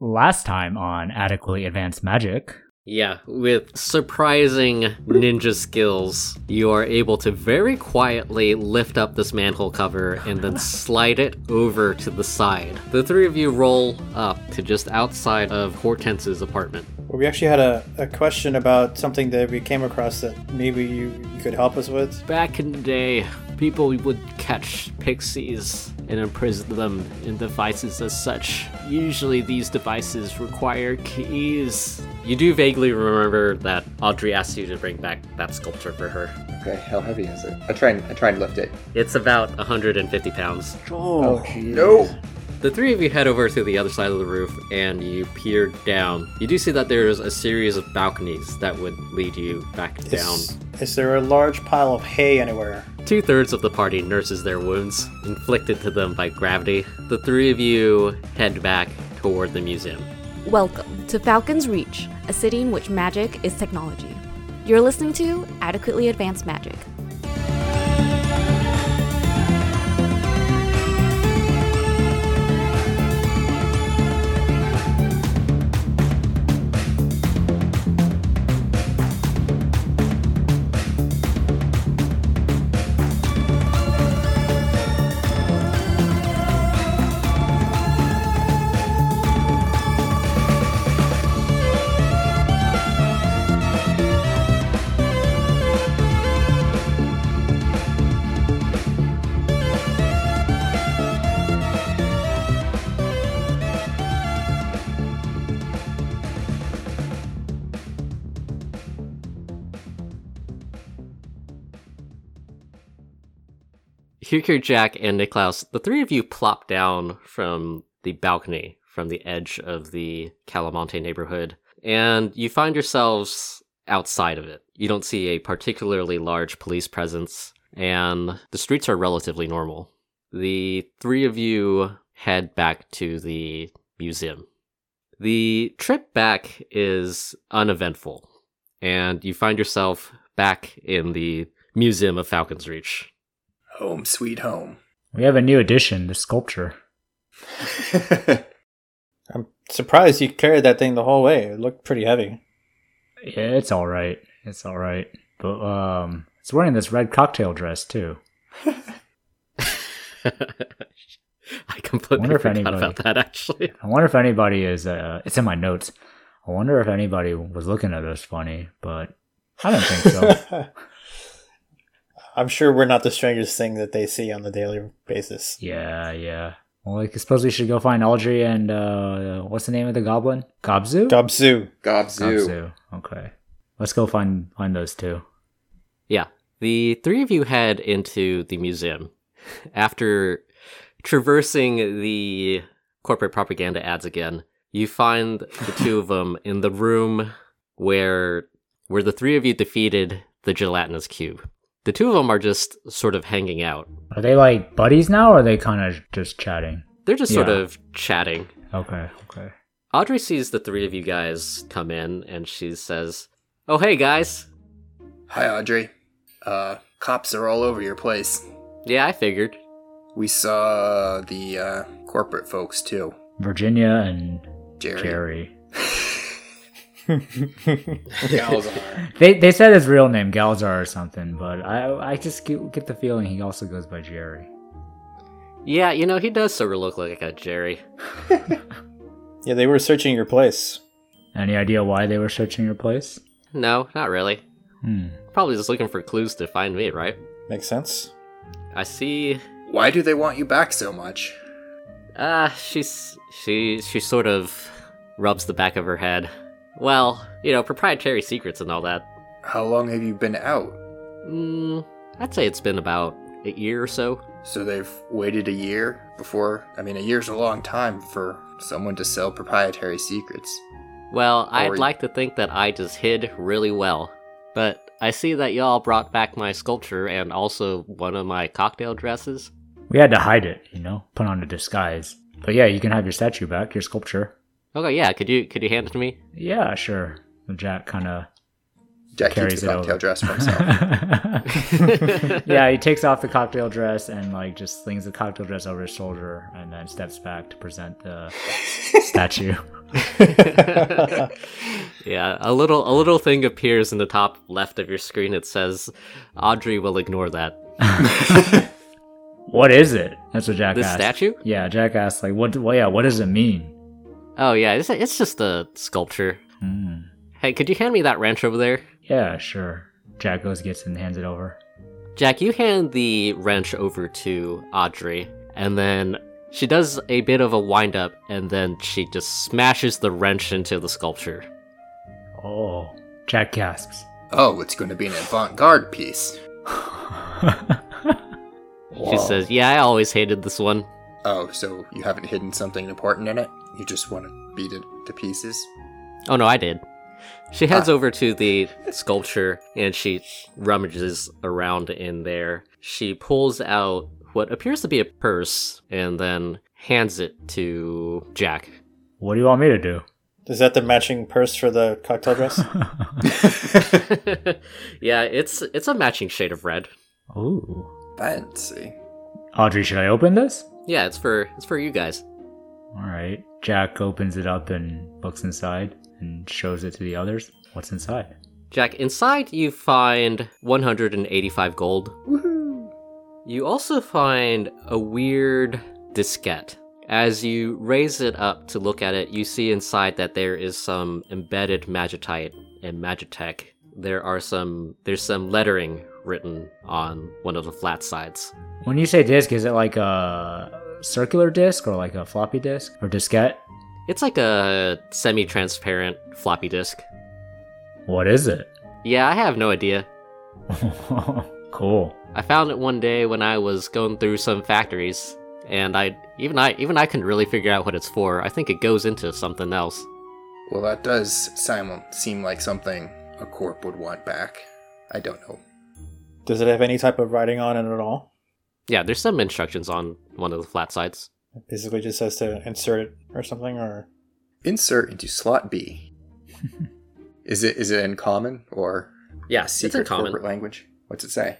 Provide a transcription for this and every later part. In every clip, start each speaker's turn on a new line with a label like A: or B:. A: last time on Adequately Advanced Magic.
B: Yeah, with surprising ninja skills, you are able to very quietly lift up this manhole cover and then slide it over to the side. The three of you roll up to just outside of Hortense's apartment.
C: Well, we actually had a, a question about something that we came across that maybe you, you could help us with.
B: Back in the day, people would catch pixies and imprison them in devices as such. Usually, these devices require keys. You do vaguely remember that Audrey asked you to bring back that sculpture for her.
D: Okay, how heavy is it? I try and I try and lift it.
B: It's about 150 pounds.
D: Oh, no!
B: The three of you head over to the other side of the roof and you peer down. You do see that there's a series of balconies that would lead you back down.
C: Is, is there a large pile of hay anywhere?
B: Two thirds of the party nurses their wounds inflicted to them by gravity. The three of you head back toward the museum.
E: Welcome to Falcon's Reach, a city in which magic is technology. You're listening to Adequately Advanced Magic.
B: Hirkir, Jack, and Niklaus, the three of you plop down from the balcony from the edge of the Calamonte neighborhood, and you find yourselves outside of it. You don't see a particularly large police presence, and the streets are relatively normal. The three of you head back to the museum. The trip back is uneventful, and you find yourself back in the Museum of Falcon's Reach.
D: Home sweet home.
A: We have a new addition, the sculpture.
C: I'm surprised you carried that thing the whole way. It looked pretty heavy.
A: Yeah, it's all right. It's all right. But um, it's wearing this red cocktail dress too.
B: I completely
A: Wonder if
B: forgot
A: anybody-
B: about that, actually.
A: I wonder if anybody is. Uh, it's in my notes. I wonder if anybody was looking at us funny, but I don't think so.
C: I'm sure we're not the strangest thing that they see on a daily basis.
A: yeah, yeah. Well, I suppose we should go find Audrey and uh, what's the name of the goblin? Gobzu.
C: Gobzoo.
D: Gobzoo.
A: Gobzu. Okay. Let's go find find those two.
B: Yeah. The three of you head into the museum after traversing the corporate propaganda ads again. You find the two of them in the room where where the three of you defeated the gelatinous cube. The two of them are just sort of hanging out.
A: Are they like buddies now, or are they kind of just chatting?
B: They're just sort
A: Yeah.
B: of chatting.
A: Okay. Okay.
B: Audrey sees the three of you guys come in and she says, "Oh, hey guys.
D: Hi, Audrey. Uh, cops are all over your place.
B: Yeah, I figured.
D: We saw the uh, corporate folks too.
A: Virginia and
D: Jerry.
A: Jerry.
D: Galzar.
A: They they said his real name Galzar or something, but I I just get, get the feeling he also goes by Jerry.
B: Yeah, you know, he does sort of look like a Jerry."
C: Yeah, they were searching your place.
A: Any idea why they were searching your place?
B: No, not really.
A: Hmm.
B: Probably just looking for clues to find me, right?
C: Makes sense.
B: I see.
D: Why do they want you back so much?
B: Ah, she's she she sort of rubs the back of her head. Well, you know, proprietary secrets and all that.
D: How long have you been out?
B: Mm, I'd say it's been about a year or so.
D: So they've waited a year before. I mean, a year's a long time for someone to sell proprietary secrets.
B: Well, I'd
D: Or-
B: like to think that I just hid really well, but I see that y'all brought back my sculpture and also one of my cocktail dresses.
A: We had to hide it, you know, put on a disguise. But yeah, you can have your statue back, your sculpture.
B: Okay, yeah, could you could you hand it to me?
A: Yeah, sure. Jack kind of
D: Jack keeps
A: carries
D: the
A: it
D: cocktail
A: over.
D: dress for himself.
A: yeah, he takes off the cocktail dress and like just slings the cocktail dress over his shoulder, and then steps back to present the statue.
B: yeah, a little a little thing appears in the top left of your screen. It says, "Audrey will ignore that."
A: What is it? That's what Jack
B: This
A: asked.
B: statue?
A: Yeah, Jack asked, like, what? Well, yeah, what does it mean?
B: Oh yeah, it's it's just a sculpture.
A: Hmm.
B: Hey, could you hand me that wrench over there?
A: Yeah, sure. Jack goes, gets it, and hands it over.
B: Jack, you hand the wrench over to Audrey, and then she does a bit of a wind up, and then she just smashes the wrench into the sculpture.
A: Oh, Jack gasps.
D: Oh, it's going to be an avant garde piece.
B: She says, Yeah, I always hated this one.
D: Oh, so you haven't hidden something important in it? You just want to beat it to pieces?
B: Oh no, I did. She heads over to the sculpture and she rummages around in there. She pulls out what appears to be a purse and then hands it to Jack.
A: What do you want me to do?
C: Is that the matching purse for the cocktail dress?
B: yeah, it's it's a matching shade of red.
A: Ooh.
D: Fancy.
A: Audrey, should I open this?
B: Yeah, it's for it's for you guys.
A: All right. Jack opens it up and looks inside and shows it to the others. What's inside?
B: Jack, inside you find 185 gold. You also find a weird diskette. As you raise it up to look at it, you see inside that there is some embedded magitite and magitech. There are some there's some lettering written on one of the flat sides.
A: When you say disc, is it like a circular disc or like a floppy disk or diskette?
B: It's like a semi-transparent floppy disk.
A: What is it?
B: Yeah, I have no idea.
A: cool.
B: I found it one day when I was going through some factories, and I even I even I couldn't really figure out what it's for. I think it goes into something else.
D: Well, that does Simon seem like something a corp would want back. I don't know.
C: Does it have any type of writing on it at all?
B: Yeah, there's some instructions on one of the flat sides.
C: It basically just says to insert it or something, or
D: Insert into slot B. is it is it in common or
B: Yeah,
D: secret corporate language? What's it say?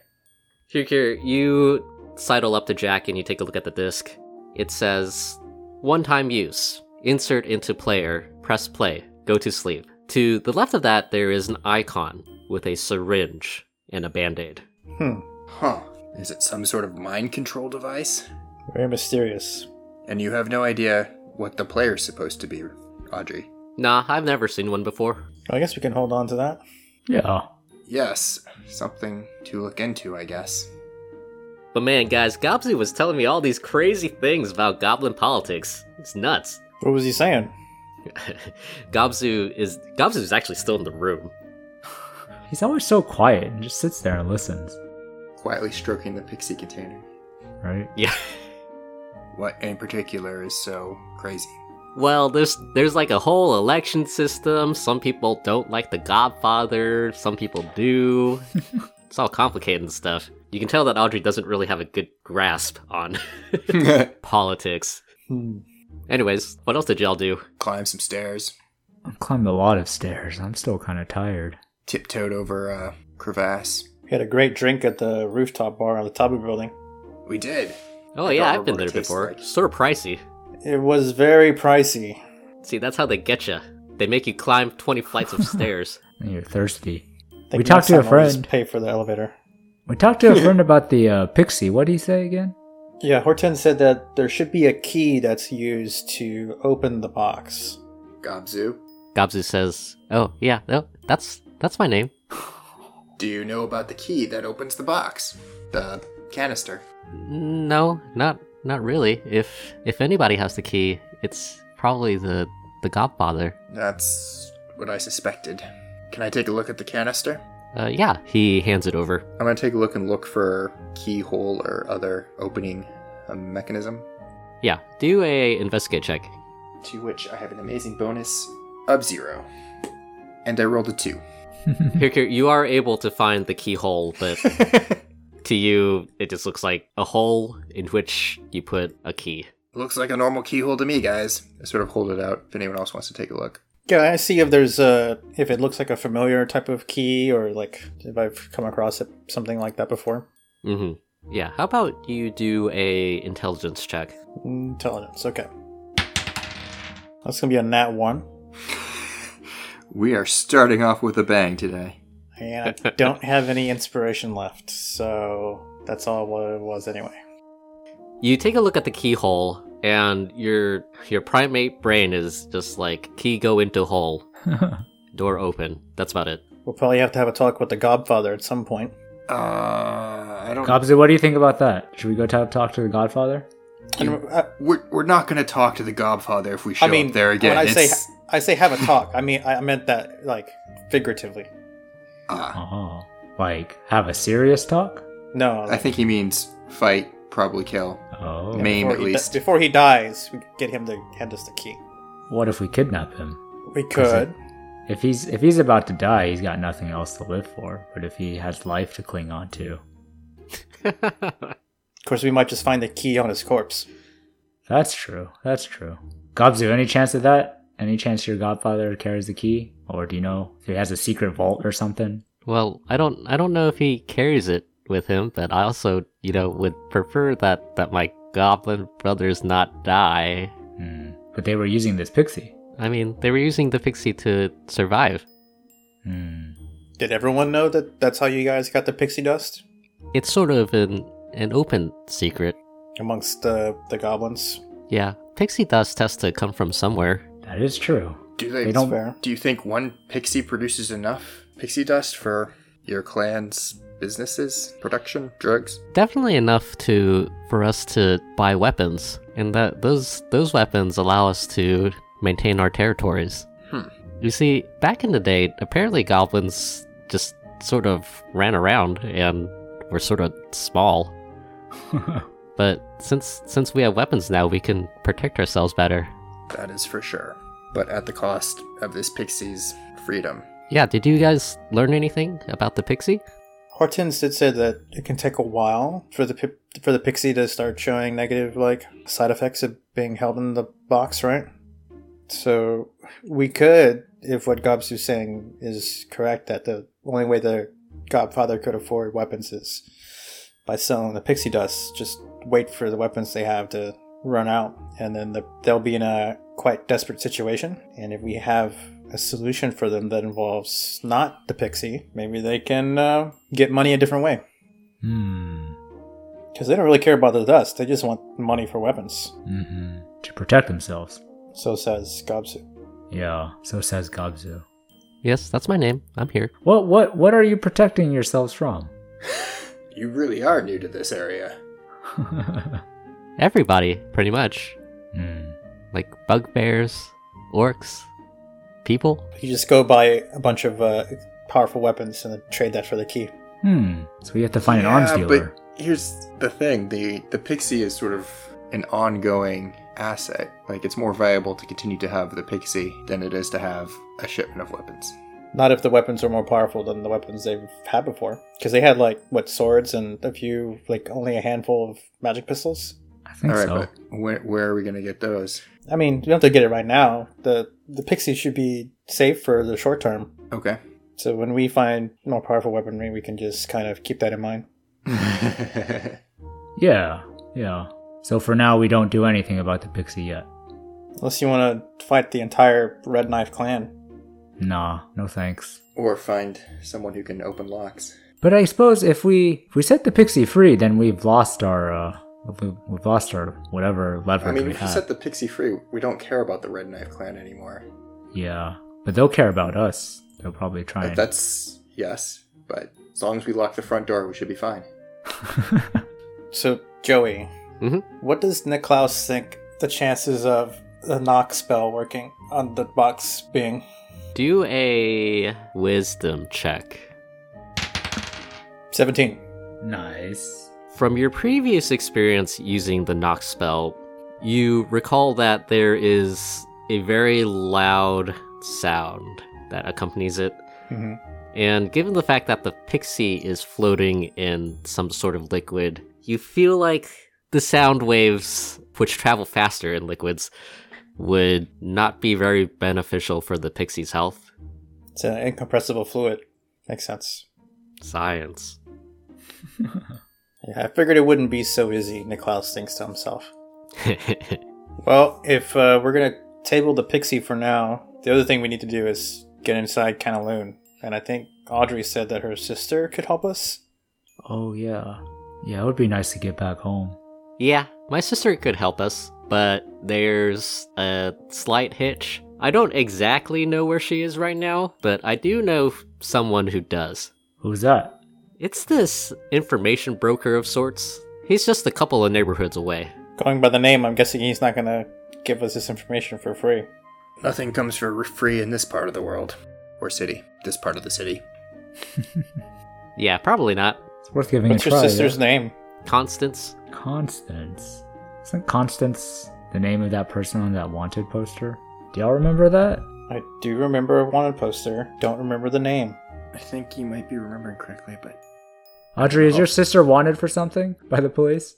B: Here, here, you sidle up to Jack and you take a look at the disc. It says, one time use, insert into player, press play, go to sleep. To the left of that, there is an icon with a syringe and a band aid.
C: hmm,
D: Huh. Is it some sort of mind control device?
C: very mysterious.
D: And you have no idea what the player's supposed to be, Audrey.
B: Nah, I've never seen one before.
C: I guess we can hold on to that.
A: Yeah.
D: Yes, something to look into, I guess.
B: But man, guys, Gobsy was telling me all these crazy things about goblin politics. It's nuts.
C: What was he saying?
B: Gobzu is Gobzu is actually still in the room.
A: He's always so quiet and just sits there and listens,
D: Quietly stroking the pixie container.
A: right?
B: Yeah.
D: What in particular is so crazy?
B: Well, there's there's like a whole election system. Some people don't like the Godfather. Some people do. it's all complicated and stuff. You can tell that Audrey doesn't really have a good grasp on politics.
C: Hmm.
B: Anyways, what else did y'all do?
D: Climb some stairs,
A: I've climbed a lot of stairs. I'm still kind of tired.
D: tiptoed over a crevasse.
C: We had a great drink at the rooftop bar on the top of the building.
D: We did.
B: Oh
D: I don't
B: yeah, I've been
D: remember what
B: there
D: it tastes
B: before.
D: like.
B: Sort of pricey.
C: It was very pricey.
B: See, that's how they get you. They make you climb 20 flights of stairs.
A: And you're thirsty.
C: Think
A: We talked to
C: next
A: a
C: time I'll just
A: friend.
C: Pay for the elevator.
A: We talked to a friend about the uh, pixie. What did he say again?
C: Yeah, Hortense said that there should be a key that's used to open the box.
D: Gobzu,
B: Gobzu says, "Oh yeah, no, that's that's my name."
D: do you know about the key that opens the box? The canister.
B: No, not not really. If if anybody has the key, it's probably the the Godfather.
D: That's what I suspected. Can I take a look at the canister?
B: Uh, yeah, he hands it over.
D: I'm gonna take a look and look for keyhole or other opening uh, mechanism.
B: Yeah, do a investigate check.
D: To which I have an amazing bonus of zero. And I rolled a two.
B: Hirkir, you are able to find the keyhole, but to you, it just looks like a hole in which you put a key.
D: Looks like a normal keyhole to me, guys. I sort of hold it out if anyone else wants to take a look.
C: Yeah, I see if there's a if it looks like a familiar type of key or like if I've come across it, something like that before.
B: Mm-hmm. Yeah. How about you do a intelligence check?
C: Intelligence. Okay. Mm, That's gonna be a nat one,
D: We are starting off with a bang today.
C: and I don't have any inspiration left, so that's all what it was anyway.
B: You take a look at the keyhole, and your your primate brain is just like key go into hole, door open. That's about it.
C: We'll probably have to have a talk with the Godfather at some point.
D: Uh, I don't.
A: Gobzy, what do you think about that? Should we go ta talk to the Godfather?
C: And, uh,
D: We're, we're not going to talk to the Godfather if we show
C: I mean,
D: up there again.
C: When I say
D: It's-
C: I say have a talk, I mean I I meant that like figuratively.
D: ah,
A: Oh, like have a serious talk?
C: No,
D: uh, I think he means fight, probably kill.
A: Oh,
D: Maybe. aim
C: before
D: at
C: he di-
D: least.
C: before he dies, we get him to hand us the key.
A: what if we kidnap him?
C: We could.
A: If he's if he's about to die, he's got nothing else to live for. But if he has life to cling on to,
C: Of course, we might just find the key on his corpse.
A: that's true. That's true. Gobzu, any chance of that? Any chance your Godfather carries the key, or do you know if he has a secret vault or something?
B: well, I don't I don't know if he carries it with him, but I also you know would prefer that that my goblin brothers not die.
A: Hmm. But they were using this pixie.
B: I mean, they were using the pixie to survive.
A: Hmm.
C: Did everyone know that that's how you guys got the pixie dust
B: It's sort of an an open secret.
C: amongst the the goblins?
B: Yeah, pixie dust has to come from somewhere.
A: That is true.
D: Do they,
A: They don't-
C: Fair.
D: Do you think one pixie produces enough pixie dust for your clan's businesses, production, drugs?
B: definitely enough to for us to buy weapons and that those those weapons allow us to maintain our territories
D: Hmm.
B: you see back in the day apparently goblins just sort of ran around and were sort of small
A: Hmm.
B: but since since we have weapons now we can protect ourselves better
D: That is for sure. But at the cost of this pixie's freedom.
B: yeah did you guys learn anything about the pixie
C: Hortense did say that it can take a while for the pi- for the pixie to start showing negative like side effects of being held in the box, right? So we could, if what Gobsu's saying is correct, that the only way the Godfather could afford weapons is by selling the pixie dust. Just wait for the weapons they have to run out, and then the, they'll be in a quite desperate situation. And if we have a solution for them that involves not the pixie, maybe they can uh, get money a different way.
A: Hmm.
C: Because they don't really care about the dust; they just want money for weapons.
A: Mm-hmm. To protect themselves.
C: So says Gobsu.
A: Yeah. So says Gobzu.
B: yes that's my name i'm here
A: What what what are you protecting yourselves from?
D: You really are new to this area.
A: hmm.
B: everybody pretty much like bugbears orcs people
C: You just go buy a bunch of uh, powerful weapons and then trade that for the key.
A: Hmm. So we have to find an arms
D: Yeah,
A: dealer.
D: But here's the thing: the the pixie is sort of an ongoing asset. Like it's more viable to continue to have the pixie than it is to have a shipment of weapons.
C: Not if the weapons are more powerful than the weapons they've had before. Because they had, like, what, swords and a few, like, only a handful of magic pistols?
A: I think
D: All right,
A: so.
D: but where, where are we going to get those?
C: I mean, you don't have to get it right now. The, the pixie should be safe for the short term.
D: Okay.
C: So when we find more powerful weaponry, we can just kind of keep that in mind.
A: Yeah. Yeah. So for now, we don't do anything about the pixie yet.
C: Unless you want to fight the entire Red Knife clan.
A: Nah. No thanks.
D: or find someone who can open locks.
A: But I suppose if we if we set the pixie free, then we've lost our uh we- we've lost our whatever leverage
D: I mean,
A: we
D: if you
A: had.
D: set the pixie free, we don't care about the Red Knife Clan anymore.
A: yeah. But they'll care about us. They'll probably try.
D: Like,
A: and-
D: that's yes, but as long as we lock the front door, we should be fine.
C: So, Joey,
B: Mhm.
C: what does Niklaus think the chances of the knock spell working on the box being?
B: Do a wisdom check.
C: 17.
A: nice.
B: From your previous experience using the Nox spell, you recall that there is a very loud sound that accompanies it.
C: hmm
B: And given the fact that the pixie is floating in some sort of liquid, you feel like the sound waves, which travel faster in liquids, would not be very beneficial for the pixie's health.
C: It's an incompressible fluid. Makes sense.
B: Science.
C: Yeah, I figured it wouldn't be so easy, Niklaus thinks to himself. Well, if uh, we're going to table the pixie for now. The other thing we need to do is get inside Canaloon. And I think Audrey said that her sister could help us.
A: Oh yeah, yeah. It would be nice to get back home.
B: Yeah, my sister could help us, but there's a slight hitch. I don't exactly know where she is right now, but I do know someone who does.
A: Who's that?
B: It's this information broker of sorts. He's just a couple of neighborhoods away.
C: Going by the name, I'm guessing he's not going to give us this information for free.
D: Nothing comes for free in this part of the world or city. This part of the city.
B: Yeah, probably not.
A: It's worth giving
C: What's
A: a
C: your
A: try.
C: sister's
A: yeah.
C: name?
B: Constance?
A: Constance. Isn't Constance the name of that person on that wanted poster? Do y'all remember that?
C: I do remember a wanted poster. Don't remember the name.
D: I think you might be remembering correctly, but
A: Audrey, is
D: Oh.
A: your sister wanted for something by the police?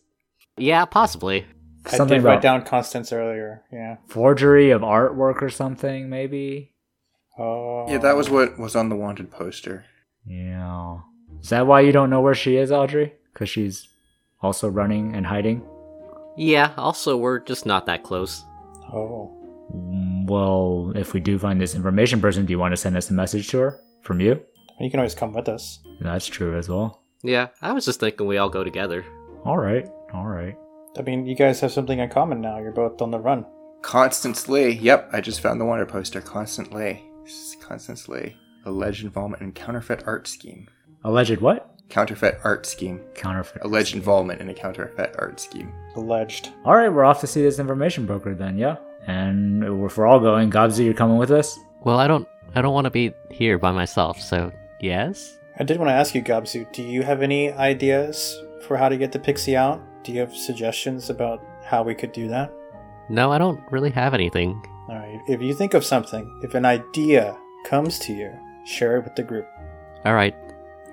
B: Yeah, possibly.
A: Something
C: I did write
A: about
C: down Constance earlier. Yeah.
A: forgery of artwork or something, maybe?
C: Oh.
D: yeah, that was what was on the wanted poster.
A: Yeah. Is that why you don't know where she is, Audrey? Because she's also running and hiding?
B: Yeah, also, we're just not that close.
C: Oh.
A: Mm, Well, if we do find this information person, do you want to send us a message to her? From you?
C: You can always come with us.
A: That's true as well.
B: Yeah, I was just thinking we all go together.
A: All right. All right.
C: I mean, you guys have something in common now. You're both on the run.
D: Constance Lee. Yep, I just found the wanted poster. Constance Lee. Constance Lee. Alleged involvement in counterfeit art scheme.
A: Alleged what?
D: Counterfeit art scheme.
A: Counterfeit.
D: Alleged involvement in a counterfeit art scheme.
C: Alleged.
A: All right, we're off to see this information broker then, yeah? And if we're all going, Gobsy, you're coming with us?
B: Well, I don't, I don't want to be here by myself. So, yes.
C: I did want to ask you, Gabsu, do you have any ideas for how to get the pixie out? Do you have suggestions about how we could do that?
B: No, I don't really have anything.
C: All right. If you think of something, if an idea comes to you, share it with the group.
B: All right.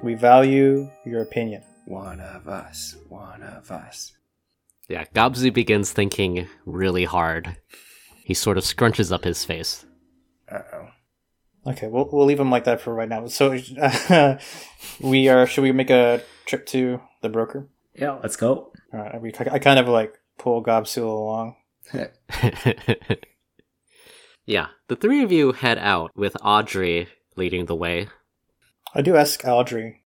C: We value your opinion.
D: One of us. One of us.
B: Yeah, Gobzu begins thinking really hard. He sort of scrunches up his face.
D: Uh oh.
C: Okay, we'll, we'll leave them like that for right now. So, we are. Should we make a trip to the broker?
A: Yeah, let's go.
C: All right. We, I kind of like pull Gobsul along.
B: yeah, the three of you head out with Audrey leading the way.
C: I do ask Audrey.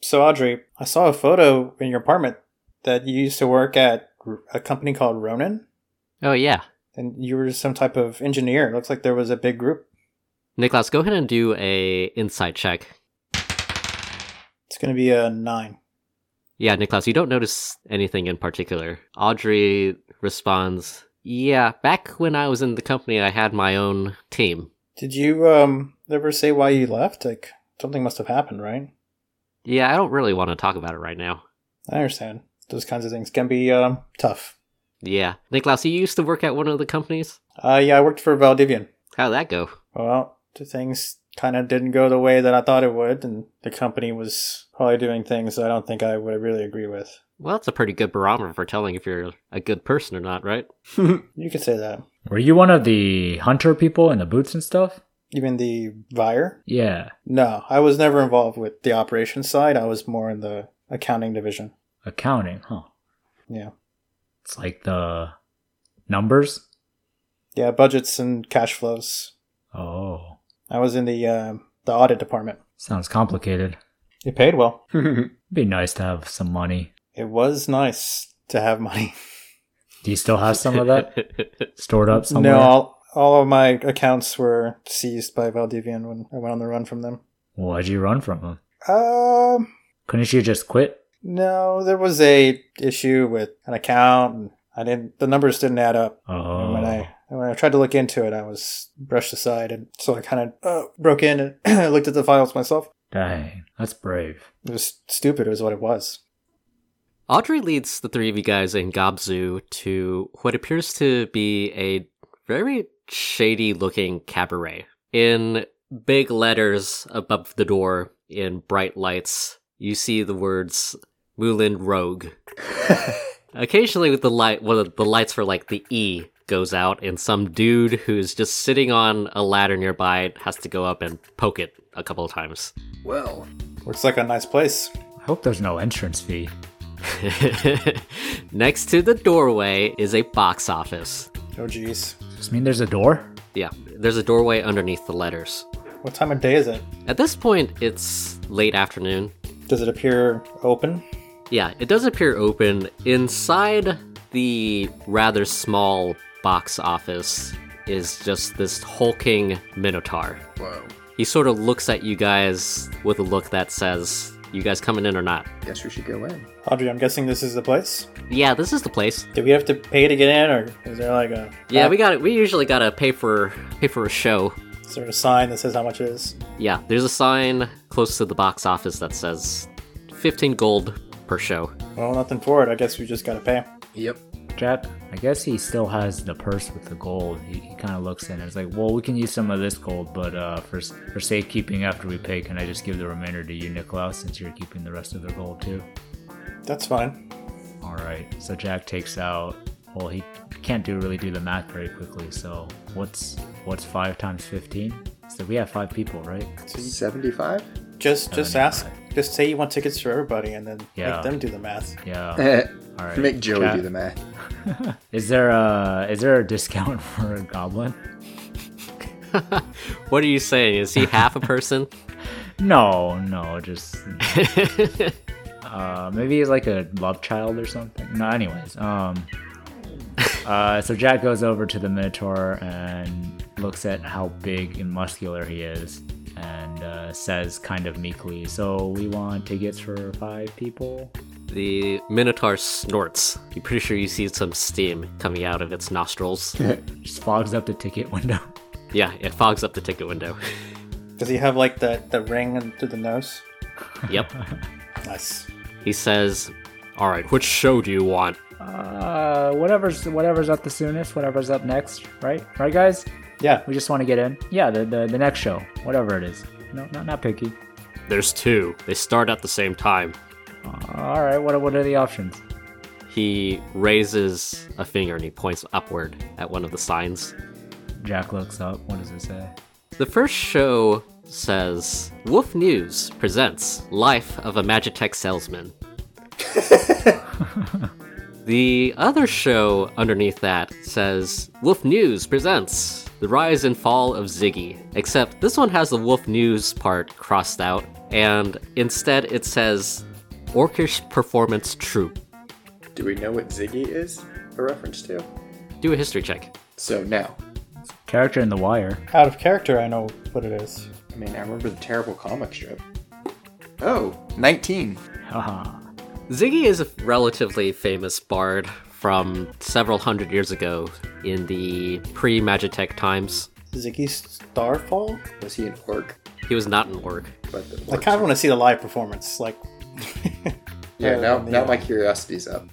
C: So, Audrey, I saw a photo in your apartment that you used to work at a company called Ronin,
B: Oh yeah,
C: and you were some type of engineer. It looks like there was a big group.
B: Niklaus, go ahead and do a insight check.
C: It's going to be a nine.
B: Yeah, Niklaus, you don't notice anything in particular. Audrey responds, "Yeah, back when I was in the company, I had my own team.
C: Did you um ever say why you left? Like something must have happened, right?
B: Yeah, I don't really want to talk about it right now."
C: I understand. Those kinds of things can be um, tough.
B: Yeah, Niklaus, you used to work at one of the companies.
C: Uh, yeah, I worked for Valdivian.
B: How'd that go?
C: Well, the things kind of didn't go the way that I thought it would, and the company was probably doing things I don't think I would really agree with.
B: Well, that's a pretty good barometer for telling if you're a good person or not, right?
C: You could say that.
A: Were you one of the hunter people in the boots and stuff?
C: You mean the buyer?
A: Yeah,
C: No, I was never involved with the operations side. I was more in the accounting division.
A: accounting, huh?
C: Yeah.
A: It's like the numbers?
C: Yeah, budgets and cash flows.
A: Oh,
C: I was in the um the audit department.
A: sounds complicated.
C: It paid well.
A: It'd be nice to have some money.
C: It was nice to have money.
A: Do you still have some of that stored up somewhere?
C: No, all, all of my accounts were seized by Valdivian when I went on the run from them.
A: Why'd you run from them?
C: Um,
A: Couldn't you just quit?
C: no, there was a issue with an account, and I didn't. The numbers didn't add up.
A: Oh,
C: And when I and when I tried to look into it, I was brushed aside, and so I kind of uh, broke in and looked at the files myself.
A: dang, that's brave.
C: It was stupid. Is what it was.
B: Audrey leads the three of you guys and Gobzu to what appears to be a very shady looking cabaret. In big letters above the door, in bright lights, you see the words Moulin Rogue. Occasionally, with the light, one of the lights for like the E goes out, and some dude who's just sitting on a ladder nearby has to go up and poke it a couple of times.
D: well,
C: Looks like a nice place.
A: I hope there's no entrance fee.
B: Next to the doorway is a box office.
C: Oh, jeez.
A: Does it mean there's a door?
B: Yeah, there's a doorway underneath the letters.
C: What time of day is it?
B: At this point, it's late afternoon.
C: Does it appear open?
B: Yeah, it does appear open. Inside the rather small box office is just this hulking minotaur.
D: Whoa.
B: He sort of looks at you guys with a look that says, You guys coming in or not?
D: Guess we should go in.
C: Audrey, I'm guessing this is the place.
B: Yeah, this is the place.
C: Do we have to pay to get in, or is there like a
B: Yeah, we got it. We usually gotta pay for pay for a show.
C: is there a sign that says how much it is?
B: Yeah, there's a sign close to the box office that says 15 gold per show.
C: Well, nothing for it. I guess we just gotta pay.
D: Yep.
A: Jap, I guess he still has the purse with the gold. He, he kind of looks in and is like, well, we can use some of this gold, but uh, for, s- for safekeeping after we pay, can I just give the remainder to you, Nikolaus, since you're keeping the rest of the gold too?
C: That's fine.
A: All right. So Jack takes out. Well, he can't do really do the math very quickly. So what's what's five times fifteen? So we have five people, right?
D: 75?
C: Just just
A: Seventy-five.
C: ask. Just say you want tickets for everybody, and then
A: Yeah.
C: make them do the math.
A: Yeah.
D: Eh.
A: All right.
D: Make Joey
A: Jack-
D: do the math.
A: Is there a is there a discount for a goblin?
B: What are you saying? Is he half a person?
A: No, no, just uh, maybe he's like a love child or something. No, anyways, um, uh, so Jack goes over to the Minotaur and looks at how big and muscular he is, and uh, says kind of meekly, "So we want tickets for five people."
B: The Minotaur snorts. You're pretty sure you see some steam coming out of its nostrils.
A: Just fogs up the ticket window.
B: yeah, it fogs up the ticket window.
C: Does he have like the the ring and- through the nose?
B: yep.
C: Nice.
B: He says, All right, which show do you want?
A: Uh, whatever's whatever's up the soonest, whatever's up next, right? Right, guys.
C: Yeah.
A: We just want to get in. Yeah, the the, the next show, whatever it is. No, not not picky.
B: There's two. They start at the same time.
A: All right, what are, what are the options?
B: He raises a finger and he points upward at one of the signs.
A: Jack looks up. What does it say?
B: The first show says Wolf News presents Life of a Magitech Salesman. the other show underneath that says Wolf News presents The Rise and Fall of Ziggy, except this one has the Wolf News part crossed out, and instead it says Orcish Performance Troupe.
D: Do we know what Ziggy is a reference to?
B: Do a history check.
D: So now,
A: Character in the wire.
C: Out of character, I know what it is.
D: I mean, I remember the terrible comic strip. Oh, 19.
A: Haha.
B: Ziggy is a relatively famous bard from several hundred years ago in the pre Magitech times.
C: Ziggy Starfall.
D: Was he an orc?
B: He was not an orc.
D: But the
C: I
D: orcs-
C: kind of want to see the live performance. Like, Oh,
D: yeah, now, now my curiosity's up.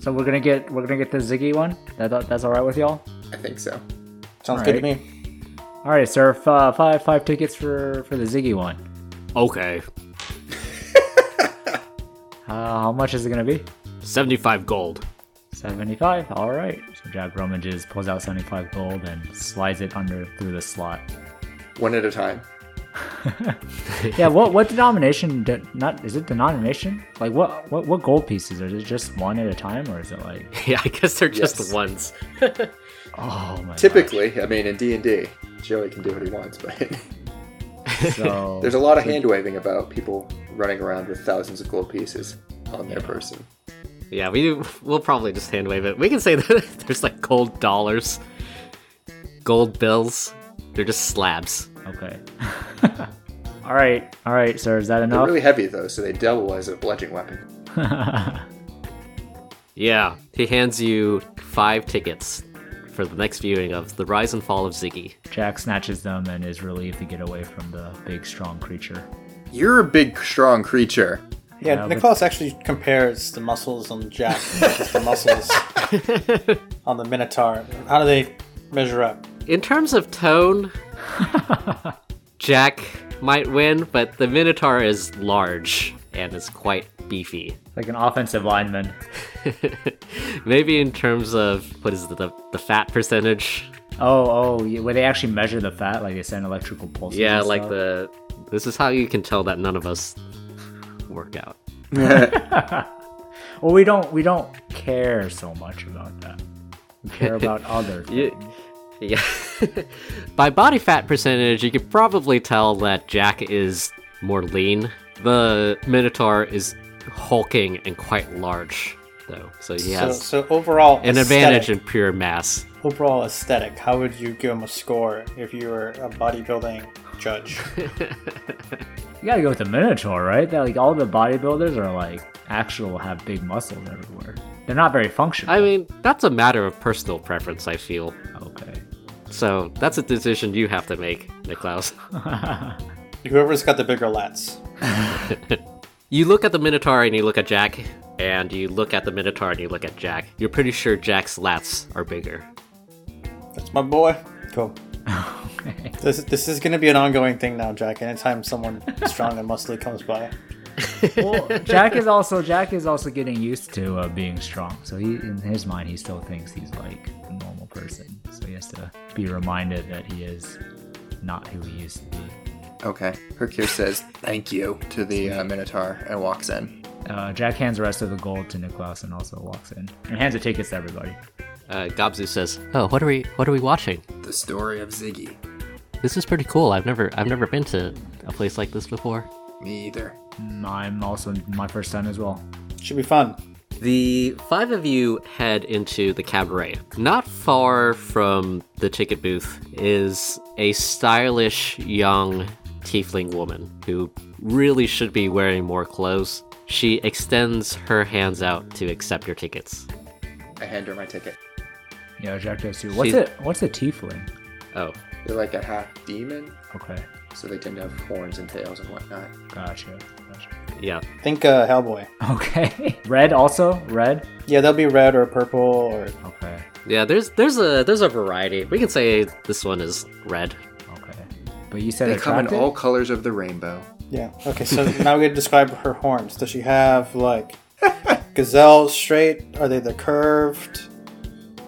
A: so we're gonna get we're gonna get the Ziggy one. That, that- that's all right with y'all.
D: I think so.
C: sounds
A: All
C: good
A: right.
C: to me.
A: All right, sir. F- uh, five five tickets for for the Ziggy one.
B: Okay,
A: Uh, how much is it gonna be?
B: 75 gold.
A: Seventy five. All right. So Jack rummages, pulls out seventy five gold, and slides it under through the slot.
D: One at a time.
A: Yeah. What what denomination? De- not is it denomination? Like what what what gold pieces? Is it just one at a time, or is it like?
B: Yeah, I guess they're just
D: Yes.
B: the ones.
A: Oh my.
D: Typically, I mean, in D&D, Joey can do what he wants, but
A: God. So
D: there's a lot of hand waving about people running around with thousands of gold pieces on their person.
B: Yeah, we we'll probably just hand wave it. We can say that there's like gold dollars, gold bills. They're just slabs.
A: Okay. all right, all right, sir. Is that
D: They're
A: enough?
D: really heavy, though, so they double as a bludgeoning weapon.
B: Yeah, he hands you five tickets for the next viewing of The Rise and Fall of Ziggy.
A: Jack snatches them and is relieved to get away from the big, strong creature.
D: You're a big, strong creature.
C: Yeah,
A: but-
C: Nicholas actually compares the muscles on Jack versus the muscles on the Minotaur. How do they measure up?
B: In terms of tone, Jack might win, but the Minotaur is large and is quite beefy.
A: Like an offensive lineman.
B: Maybe in terms of what is it, the the fat percentage?
A: Oh, oh, yeah, where they actually measure the fat, like they send electrical pulses.
B: Yeah,
A: and
B: like
A: stuff?
B: the this is how you can tell that none of us work out.
A: Well, we don't, we don't care so much about that. We care about other.
B: You, Yeah. By body fat percentage, you could probably tell that Jack is more lean. The Minotaur is hulking and quite large, though. So he has
C: So, so overall,
B: an advantage in pure mass.
C: Overall aesthetic. How would you give him a score if you were a bodybuilding judge?
A: You gotta go with the Minotaur, right? That like all the bodybuilders are like actual have big muscles everywhere. They're not very functional.
B: I mean, that's a matter of personal preference, I feel.
A: okay.
B: So that's a decision you have to make, Niklaus.
C: Whoever's got the bigger lats.
B: You look at the Minotaur and you look at Jack, and you look at the Minotaur and you look at Jack. You're pretty sure Jack's lats are bigger.
C: That's my boy. Cool.
A: okay.
C: This this is going to be an ongoing thing now, Jack. Anytime someone strong and muscly comes by,
A: Well, Jack is also Jack is also getting used to uh, being strong. So he, in his mind, he still thinks he's like a normal person. So he has to be reminded that he is not who he used to be.
D: Okay. Hercure says thank you to the uh, Minotaur and walks in.
A: Uh, Jack hands the rest of the gold to Niklaus and also walks in and hands the tickets to everybody.
B: Uh, Gobzu says, "Oh, what are we? What are we watching?
D: The story of Ziggy.
B: This is pretty cool. I've never, I've never been to a place like this before."
D: Me either.
A: Mm, I'm also my first time as well.
C: should be fun.
B: The five of you head into the cabaret. Not far from the ticket booth is a stylish young tiefling woman who really should be wearing more clothes. She extends her hands out to accept your tickets.
D: I hand her my ticket.
A: Yeah, Jack does too. What's
B: She's-
A: it? What's a tiefling?
B: Oh,
D: They're like a half demon,
A: Okay,
D: so they tend to have horns and tails and whatnot.
A: gotcha. gotcha.
B: yeah.
C: Think uh, Hellboy.
A: Okay. Red also? Red?
C: Yeah, they'll be red or purple or
A: Okay.
B: Yeah, there's there's a there's a variety. We can say this one is red.
A: Okay. But you said
D: They come in
A: attractive?
D: all colors of the rainbow.
C: yeah. Okay, so now we got to describe her horns. Does she have like gazelle straight? Are they the curved?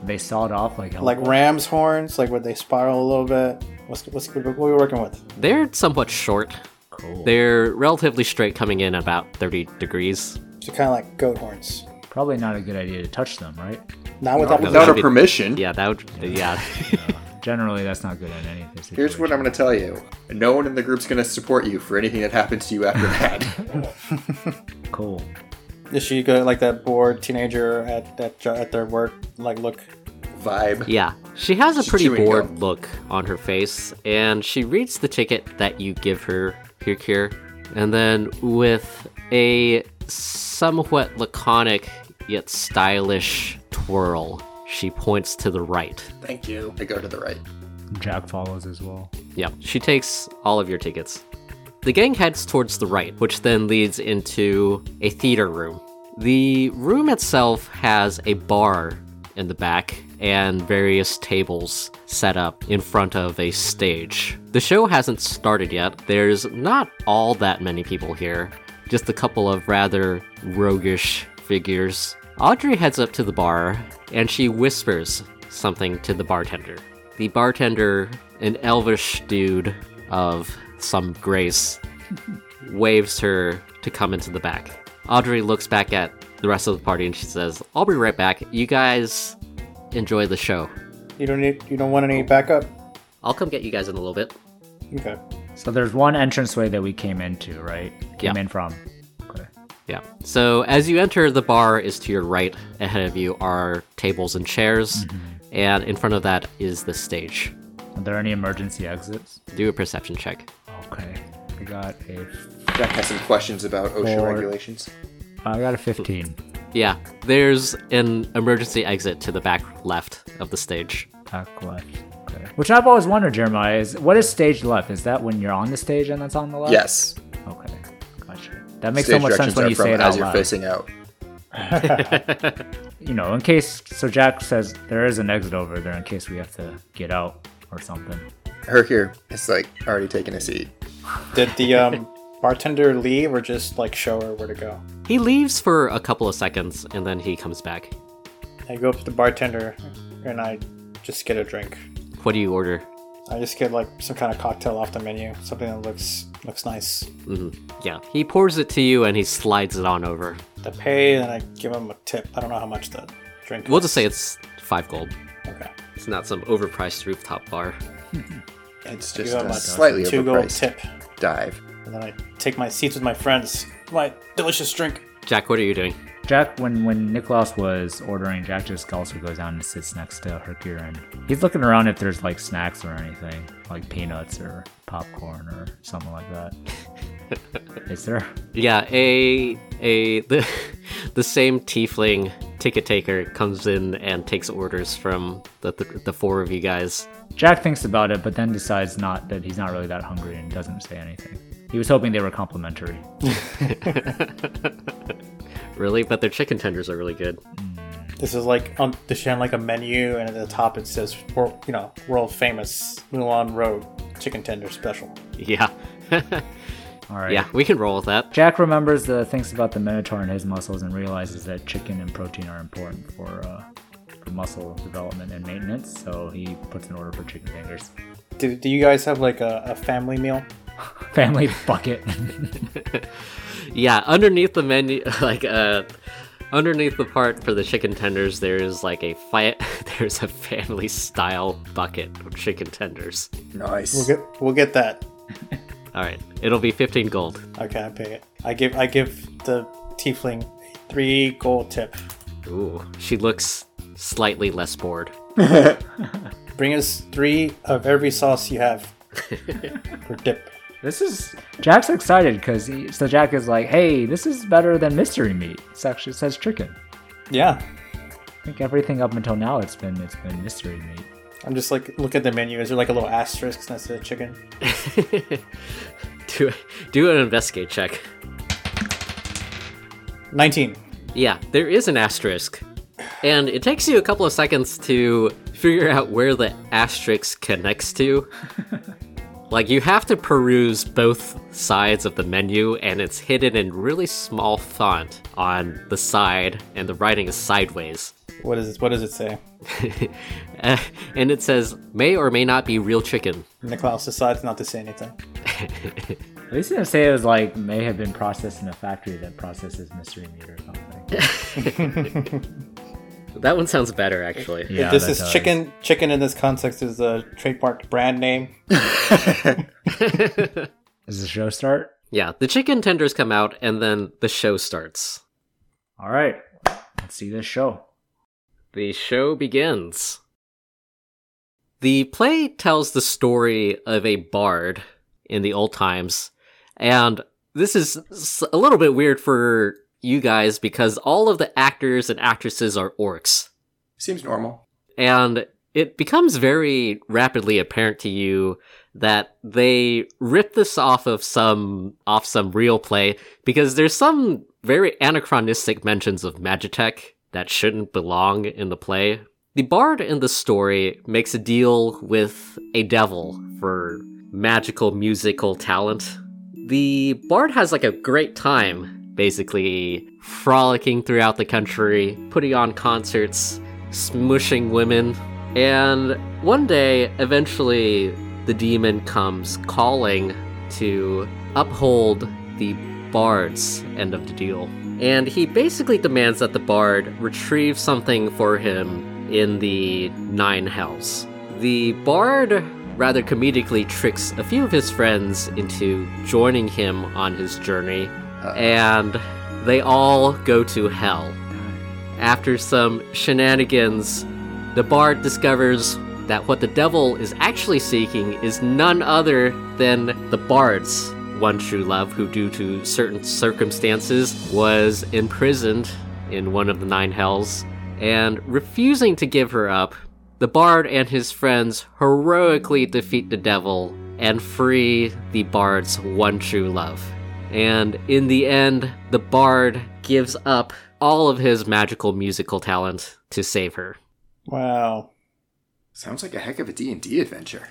A: They sawed off like
C: Like ram's horns? Like would they spiral a little bit? What's what's what are we working with?
B: They're somewhat short.
A: cool.
B: They're relatively straight coming in about 30 degrees.
C: So kind of like goat horns.
A: Probably not a good idea to touch them, right?
C: Not without that.
D: Not without
B: that'd
D: her
B: be-
D: permission.
B: Yeah, that would yeah.
A: Uh, Generally, that's not good in any situation.
D: Here's what I'm going to tell you. No one in the group's going to support you for anything that happens to you after that.
A: Cool.
C: Is she good like that bored teenager at at, jo- at their work? Like look,
D: Vibe.
B: Yeah, she has a
D: She's
B: pretty
D: chewing
B: bored
D: gum.
B: look on her face, and she reads the ticket that you give her, here, here, and then with a somewhat laconic yet stylish twirl, she points to the right.
D: Thank you. I go to the right.
A: Jack follows as well.
B: Yep, she takes all of your tickets. The gang heads towards the right, which then leads into a theater room. The room itself has a bar in the back and various tables set up in front of a stage. The show hasn't started yet. There's not all that many people here, just a couple of rather roguish figures. Audrey heads up to the bar and she whispers something to the bartender. The bartender, an elvish dude of some grace, waves her to come into the back. Audrey looks back at the rest of the party and she says, I'll be right back. You guys enjoy the show.
C: you don't need you don't want any backup.
B: I'll come get you guys in a little bit.
C: Okay.
A: So there's one entranceway that we came into, right? Came
B: Yeah.
A: in from. Okay.
B: Yeah. So as you enter, the bar is to your right. Ahead of you are tables and chairs. And in front of that is the stage.
A: Are there any emergency exits?
B: Do a perception check.
A: Okay. I got a,
D: Jack has some questions about OSHA
A: Or-
D: regulations.
A: I got a 15.
B: Yeah, there's an emergency exit to the back left of the stage.
A: Back left. Okay. Which I've always wondered, Jeremiah, is what is stage left? Is that when you're on the stage and that's on the left?
D: Yes.
A: Okay. Gotcha. That makes
D: Stage
A: so much sense
D: directions
A: when
D: are
A: you
D: from
A: say it
D: as
A: out
D: you're
A: loud.
D: facing out.
A: You know, in case. So Jack says there is an exit over there in case we have to get out or something.
D: Her here is like already taking a seat.
C: Did the um, bartender leave or just like show her where to go?
B: He leaves for a couple of seconds and then he comes back.
C: I go up to the bartender and I just get a drink.
B: What do you order?
C: I just get like some kind of cocktail off the menu, something that looks looks nice.
B: Yeah, he pours it to you and he slides it on over.
C: The pay, and I give him a tip. I don't know how much the drink.
B: We'll
C: is.
B: just say it's five gold.
C: okay.
B: It's not some overpriced rooftop bar.
D: It's
C: Give
D: just
C: out
D: a
C: my
D: slightly
C: two gold
D: overpriced
C: tip,
D: dive.
C: and then I take my seats with my friends. My delicious drink.
B: Jack, what are you doing?
A: Jack, when when Nikolaus was ordering, Jack just also goes down and sits next to Hercure, and he's looking around if there's like snacks or anything, like peanuts or popcorn or something like that. Is there?
B: Yeah, a a the, the same tiefling ticket taker comes in and takes orders from the th- the four of you guys.
A: Jack thinks about it, but then decides not that he's not really that hungry and doesn't say anything. He was hoping they were complimentary.
B: Really, but their chicken tenders are really good.
C: This is like on the sham like a menu, and at the top it says, wor- you know, world famous Mulan Road chicken tender special.
B: Yeah,
A: All right.
B: yeah, we can roll with that.
A: Jack remembers the things about the Minotaur and his muscles and realizes that chicken and protein are important for, uh, for muscle development and maintenance, so he puts an order for chicken fingers.
C: Do, do you guys have like a, a family meal?
A: Family bucket.
B: Yeah, underneath the menu, like uh, underneath the part for the chicken tenders, there is like a fi- there's a family style bucket of chicken tenders.
D: Nice.
C: We'll get we'll get that.
B: All right, it'll be fifteen gold.
C: Okay, I pay it. I give I give the tiefling three gold tip.
B: Ooh, she looks slightly less bored.
C: Bring us three of every sauce you have for dip.
A: this is Jack's excited because so Jack is like, "Hey, this is better than mystery meat. It's actually it says chicken.
C: Yeah,
A: I think everything up until now it's been it's been mystery meat.
C: I'm just like look at the menu. Is there like a little asterisk next to the chicken?
B: do do an investigate check.
C: Nineteen.
B: Yeah, there is an asterisk. And it takes you a couple of seconds to figure out where the asterisk connects to. like, you have to peruse both sides of the menu, and it's hidden in really small font on the side, and the writing is sideways.
C: What is it? What does it say?
B: Uh, and it says, may or may not be real chicken.
C: Niklaus decides not to say anything.
A: At least he didn't say it was like may have been processed in a factory that processes mystery meat or something.
B: That one sounds better, actually.
A: Yeah,
C: this
A: that
C: is
A: does.
C: chicken. Chicken in this context is a trademarked brand name.
A: Does the show start?
B: Yeah, the chicken tenders come out, and then the show starts.
A: All right, let's see this show.
B: The show begins. The play tells the story of a bard in the old times, and this is s- a little bit weird for you guys because all of the actors and actresses are orcs.
D: Seems normal.
B: And it becomes very rapidly apparent to you that they ripped this off of some off some real play because there's some very anachronistic mentions of Magitech that shouldn't belong in the play. The bard in the story makes a deal with a devil for magical musical talent. The bard has like a great time basically frolicking throughout the country, putting on concerts, smushing women. And one day, eventually, the demon comes calling to uphold the bard's end of the deal. And he basically demands that the bard retrieve something for him in the Nine Hells. The bard rather comedically tricks a few of his friends into joining him on his journey, and they all go to hell. After some shenanigans, the bard discovers that what the devil is actually seeking is none other than the bard's one true love, who, due to certain circumstances, was imprisoned in one of the nine hells. And refusing to give her up, the bard and his friends heroically defeat the devil and free the bard's one true love. And in the end, the bard gives up all of his magical musical talent to save her.
C: Wow.
D: Sounds like a heck of a D&D adventure.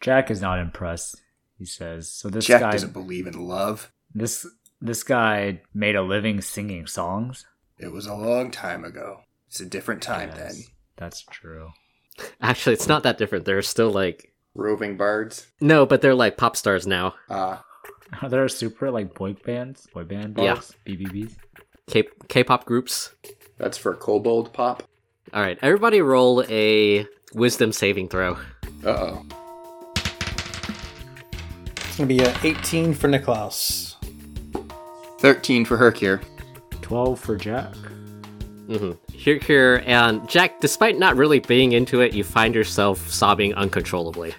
A: Jack is not impressed. He says, "So this
D: Jack
A: guy,
D: doesn't believe in love.
A: this this guy made a living singing songs.
D: It was a long time ago. It's a different time
A: Yes,
D: then.
A: That's true.
B: Actually, it's not that different. They're still like
D: Roving bards.
B: no, but they're like pop stars now.
D: Ah,
A: Are there super like boy bands, boy band
B: Yeah.
A: bars, BBBs?
B: K- K-pop groups.
D: that's for kobold pop.
B: All right, everybody roll a wisdom saving throw.
D: Uh oh.
C: It's gonna be a 18 for Niklaus.
D: 13 for Hercure.
A: 12 for Jack.
B: Here, here, and Jack, despite not really being into it, you find yourself sobbing uncontrollably.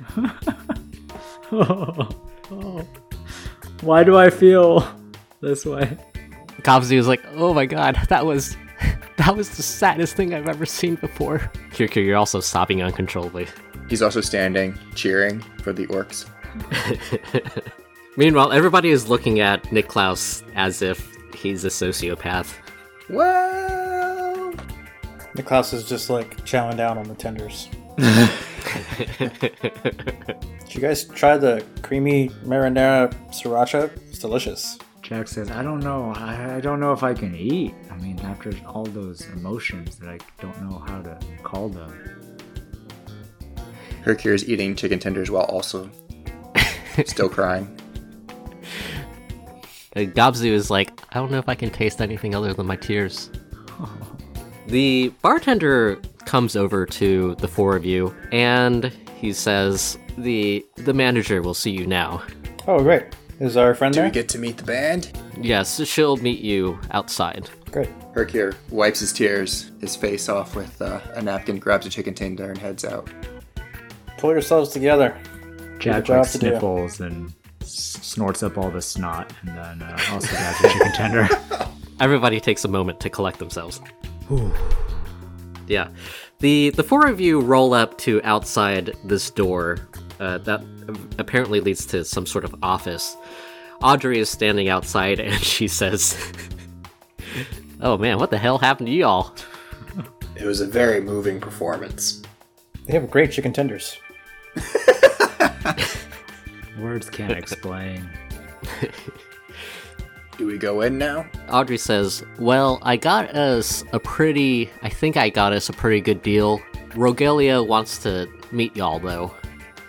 A: Why do I feel this way?
F: Kavzi was like, "Oh my god, that was that was the saddest thing I've ever seen before."
B: Here, here, you're also sobbing uncontrollably.
D: He's also standing, cheering for the orcs.
B: Meanwhile, everybody is looking at Nick Klaus as if he's a sociopath.
D: Well,
C: Niklaus is just like chowing down on the tenders. Did you guys try the creamy marinara sriracha? It's delicious.
A: Jack says, I don't know. I, I don't know if I can eat. I mean, after all those emotions that I don't know how to call them.
D: Hercure is eating chicken tenders while also still crying.
F: And Gobzu is like, "I don't know if I can taste anything other than my tears."
B: The bartender comes over to the four of you and he says, "The the manager will see you now.
C: Oh, great. Is our friend
D: Do we
C: there?
D: get to meet the band?
B: Yes, she'll meet you outside."
C: Great.
D: Hercure wipes his tears, his face off with uh, a napkin, grabs a chicken tender, and heads out.
C: Pull yourselves together.
A: Jack
C: job
A: like
C: to do.
A: sniffles and s- snorts up all the snot and then uh, also grabs a chicken tender.
B: Everybody takes a moment to collect themselves. yeah, the the four of you roll up to outside this door uh, that apparently leads to some sort of office. Audrey is standing outside and she says, "Oh man, what the hell happened to you all?"
D: It was a very moving performance.
C: They have great chicken tenders.
A: Words can't explain.
D: Do we go in now?
B: Audrey says, Well, I got us a pretty, I think I got us a pretty good deal. Rogelia wants to meet y'all, though.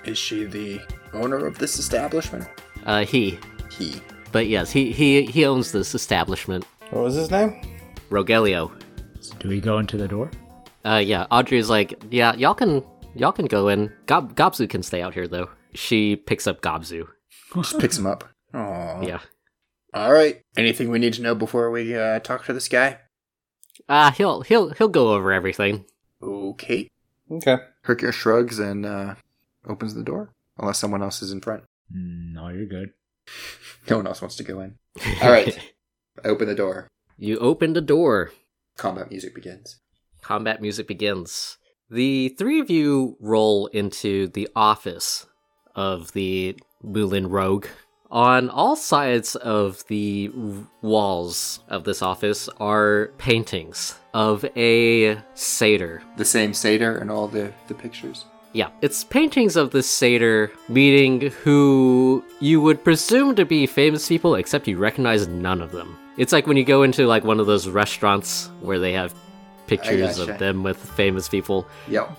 D: Is she the owner of this establishment?
B: Uh, he.
D: He.
B: But yes, he, he, he owns this establishment.
C: What was his name?
B: Rogelio.
A: So do we go into the door?
B: Uh, yeah, Audrey's like, Yeah, y'all can, y'all can go in. Gob- Gobzu can stay out here, though. She picks up Gobzu.
D: Just picks him up. Aww.
B: Yeah.
D: All right. Anything we need to know before we uh, talk to this guy?
B: Uh, he'll, he'll, he'll go over everything.
D: Okay.
C: Okay.
D: Hercule shrugs and uh, opens the door, unless someone else is in front.
A: Mm, No, you're good.
D: No one else wants to go in. All right. I open the door.
B: you open the door.
D: Combat music begins.
B: combat music begins. The three of you roll into the office of the Moulin Rogue. On all sides of the w- walls of this office are paintings of a satyr.
D: The same satyr and all the, the pictures.
B: Yeah, it's paintings of this satyr meeting who you would presume to be famous people, except you recognize none of them. It's like when you go into like one of those restaurants where they have pictures of
D: gotcha.
B: them with famous people.
D: Yep.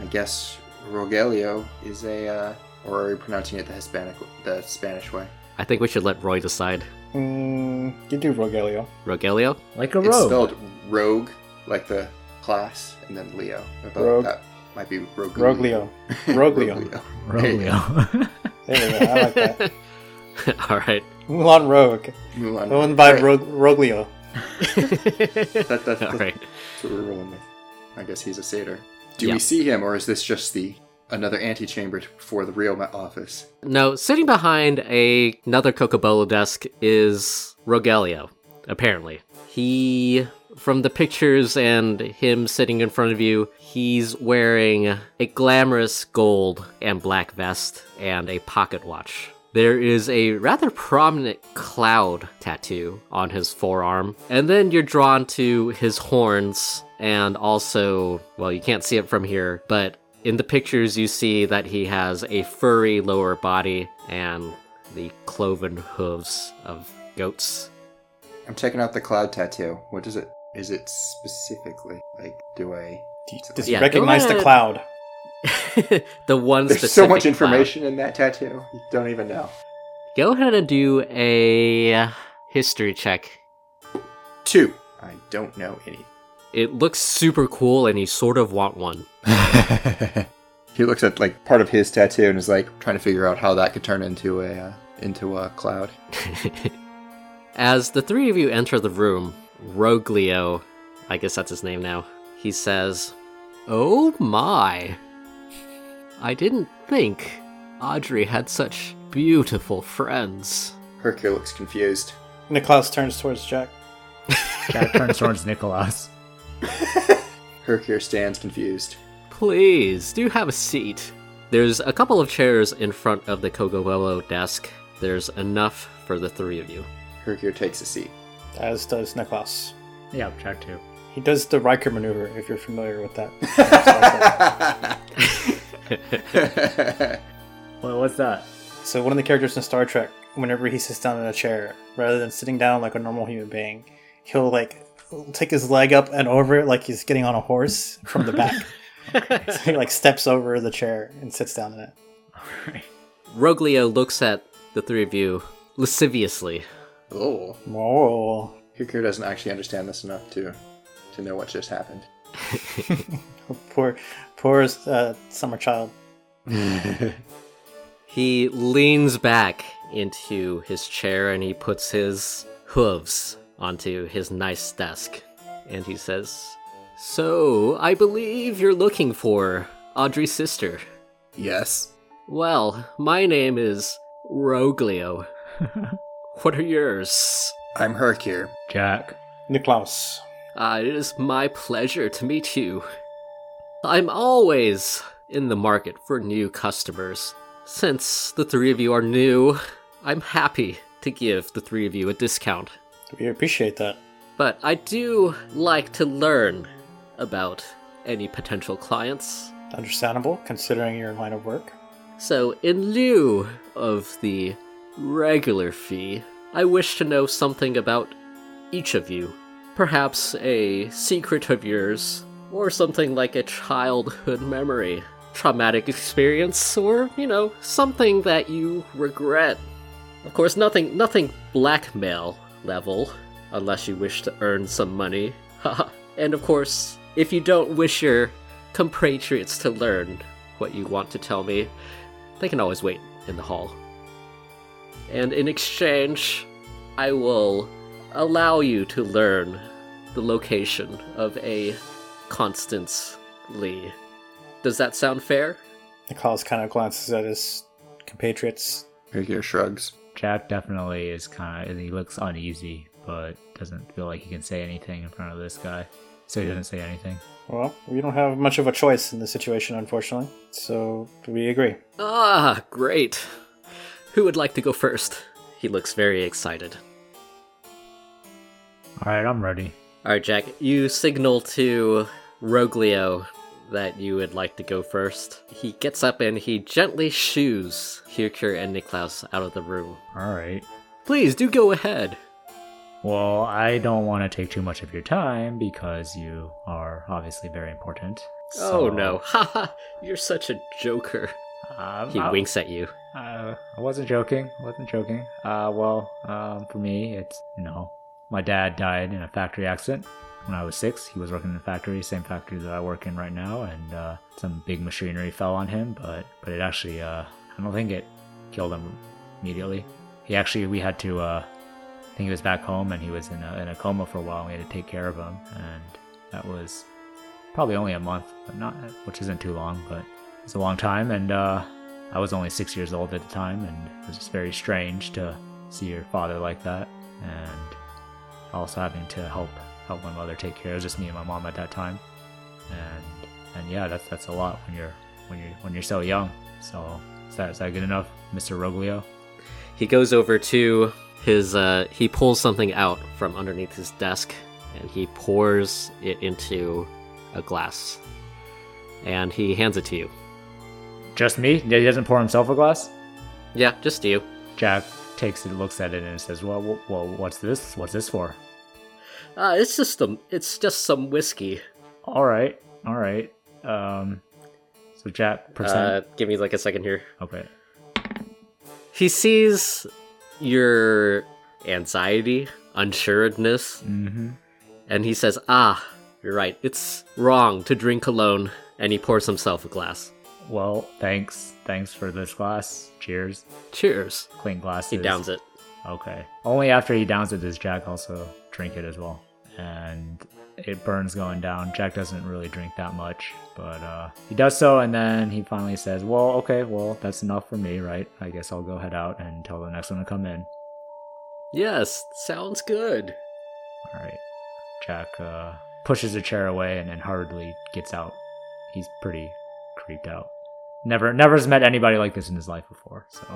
D: I guess Rogelio is a, uh, or are we pronouncing it the Hispanic, the Spanish way?
B: I think we should let Roy decide.
C: Mm, you do Rogelio.
B: Rogelio?
A: Like a
D: It's
A: rogue.
D: spelled rogue, like the class, and then Leo. I thought
C: Rogue.
D: that might be rogue.
C: Roglio. Roglio.
D: Roglio.
A: Roglio.
C: There we go. I like that.
B: All right.
C: Mulan Rogue.
D: Mulan.
C: Owned by
D: Alright,
C: Rog- Roglio.
D: That, that,
B: All right.
D: That's what we're rolling with. I guess he's a satyr. Do
B: Yeah.
D: we see him, or is this just the another antechamber t- for the real ma- office?
B: No, sitting behind a, another Cocobolo desk is Rogelio, apparently. He, from the pictures and him sitting in front of you, he's wearing a glamorous gold and black vest and a pocket watch. There is a rather prominent cloud tattoo on his forearm. And then you're drawn to his horns and also, well, you can't see it from here, but in the pictures you see that he has a furry lower body and the cloven hooves of goats.
D: I'm checking out the cloud tattoo. What is it? Is it specifically like? Do I?
C: Does
B: Yeah,
C: he recognize
B: don't wanna-
C: the cloud?
B: the one
D: There's so
B: specific
D: much
B: cloud.
D: information in that tattoo. You don't even know.
B: Go ahead and do a history check.
D: Two. I don't know any.
B: It looks super cool, and you sort of want one.
D: he looks at like part of his tattoo and is like trying to figure out how that could turn into a uh, into a cloud.
B: As the three of you enter the room, Roglio, I guess that's his name now, he says, Oh my! I didn't think Audrey had such beautiful friends.
D: Hercule looks confused.
C: Niklaus turns towards Jack.
A: Jack turns towards Nicholas.
D: Hercule stands confused.
B: Please, do have a seat. There's a couple of chairs in front of the Kogowello desk. There's enough for the three of you.
D: Hercule takes a seat.
C: As does Niklaus.
A: Yeah, Jack too.
C: He does the Riker maneuver, if you're familiar with that.
A: Well, what's that?
C: so one of the characters in Star Trek, whenever he sits down in a chair, rather than sitting down like a normal human being, he'll like take his leg up and over it like he's getting on a horse from the back. so he like steps over the chair and sits down in it.
B: Roglio looks at the three of you lasciviously.
D: oh,
C: Whoa.
D: Hercule doesn't actually understand this enough to to know what just happened.
C: Poor, poor uh, summer child.
B: He leans back into his chair and he puts his hooves onto his nice desk. And he says, So, I believe you're looking for Audrey's sister.
D: Yes.
B: Well, my name is Roglio. what are yours?
D: I'm Hercule.
A: Jack.
C: Niklaus.
B: Uh, it is my pleasure to meet you. I'm always in the market for new customers. Since the three of you are new, I'm happy to give the three of you a discount.
C: We appreciate that.
B: But I do like to learn about any potential clients.
C: Understandable, considering your line of work.
B: So, in lieu of the regular fee, I wish to know something about each of you. Perhaps a secret of yours, or something like a childhood memory, traumatic experience, or, you know, something that you regret. Of course, nothing nothing blackmail level, unless you wish to earn some money. Haha. and of course, if you don't wish your compatriots to learn what you want to tell me, they can always wait in the hall. And in exchange, I will allow you to learn the location of a Constance Lee. Does that sound fair?
C: Niklaus kind of glances at his compatriots.
D: Hercule shrugs.
A: Jack definitely is kind of. He looks uneasy, but doesn't feel like he can say anything in front of this guy. So he doesn't say anything.
C: Well, we don't have much of a choice in this situation, unfortunately. So we agree.
B: Ah, great. Who would like to go first? He looks very excited.
A: All right, I'm ready.
B: All right, Jack, you signal to Roglio that you would like to go first. He gets up and he gently shoos Hirkur and Niklaus out of the room.
A: All right.
B: Please do go ahead.
A: Well, I don't want to take too much of your time because you are obviously very important. So,
B: Oh no. Haha, you're such a joker.
A: Um,
B: He
A: I-
B: winks at you.
A: Uh, I wasn't joking. Wasn't joking. Uh, well, um, for me, it's you know, my dad died in a factory accident when I was six. He was working in a factory, same factory that I work in right now, and uh, some big machinery fell on him. But but it actually, uh, I don't think it killed him immediately. He actually, we had to. Uh, I think he was back home, and he was in a in a coma for a while. and We had to take care of him, and that was probably only a month, but not which isn't too long, but it's a long time. And uh, I was only six years old at the time, and it was just very strange to see your father like that, and also having to help help my mother take care. It was just me and my mom at that time, and and yeah, that's that's a lot when you're when you're when you're so young. So is that is that good enough, Mr. Roglio?
B: He goes over to his uh he pulls something out from underneath his desk and he pours it into a glass. And he hands it to you.
A: Just me? He doesn't pour himself a glass.
B: Yeah, just you.
A: Jack takes it, looks at it, and says, "Well, well, well what's this? What's this for?"
B: Uh, it's just um, it's just some whiskey.
A: All right, all right. Um, so Jack
B: Uh,
A: percent.
B: give me like a second here.
A: okay.
B: He sees your anxiety, unsureness,
A: Mm-hmm.
B: and he says, "Ah, You're right. It's wrong to drink alone. And he pours himself a glass.
A: Well, thanks. Thanks for this glass. Cheers.
B: Cheers.
A: Clean glasses.
B: He downs it.
A: Okay. Only after he downs it does Jack also drink it as well. And it burns going down. Jack doesn't really drink that much, but uh, he does so, and then he finally says, Well, okay, well, that's enough for me, right? I guess I'll go head out and tell the next one to come in.
B: Yes, sounds good.
A: All right. Jack uh, pushes a chair away and then hurriedly gets out. He's pretty creeped out. Never, never has met anybody like this in his life before. So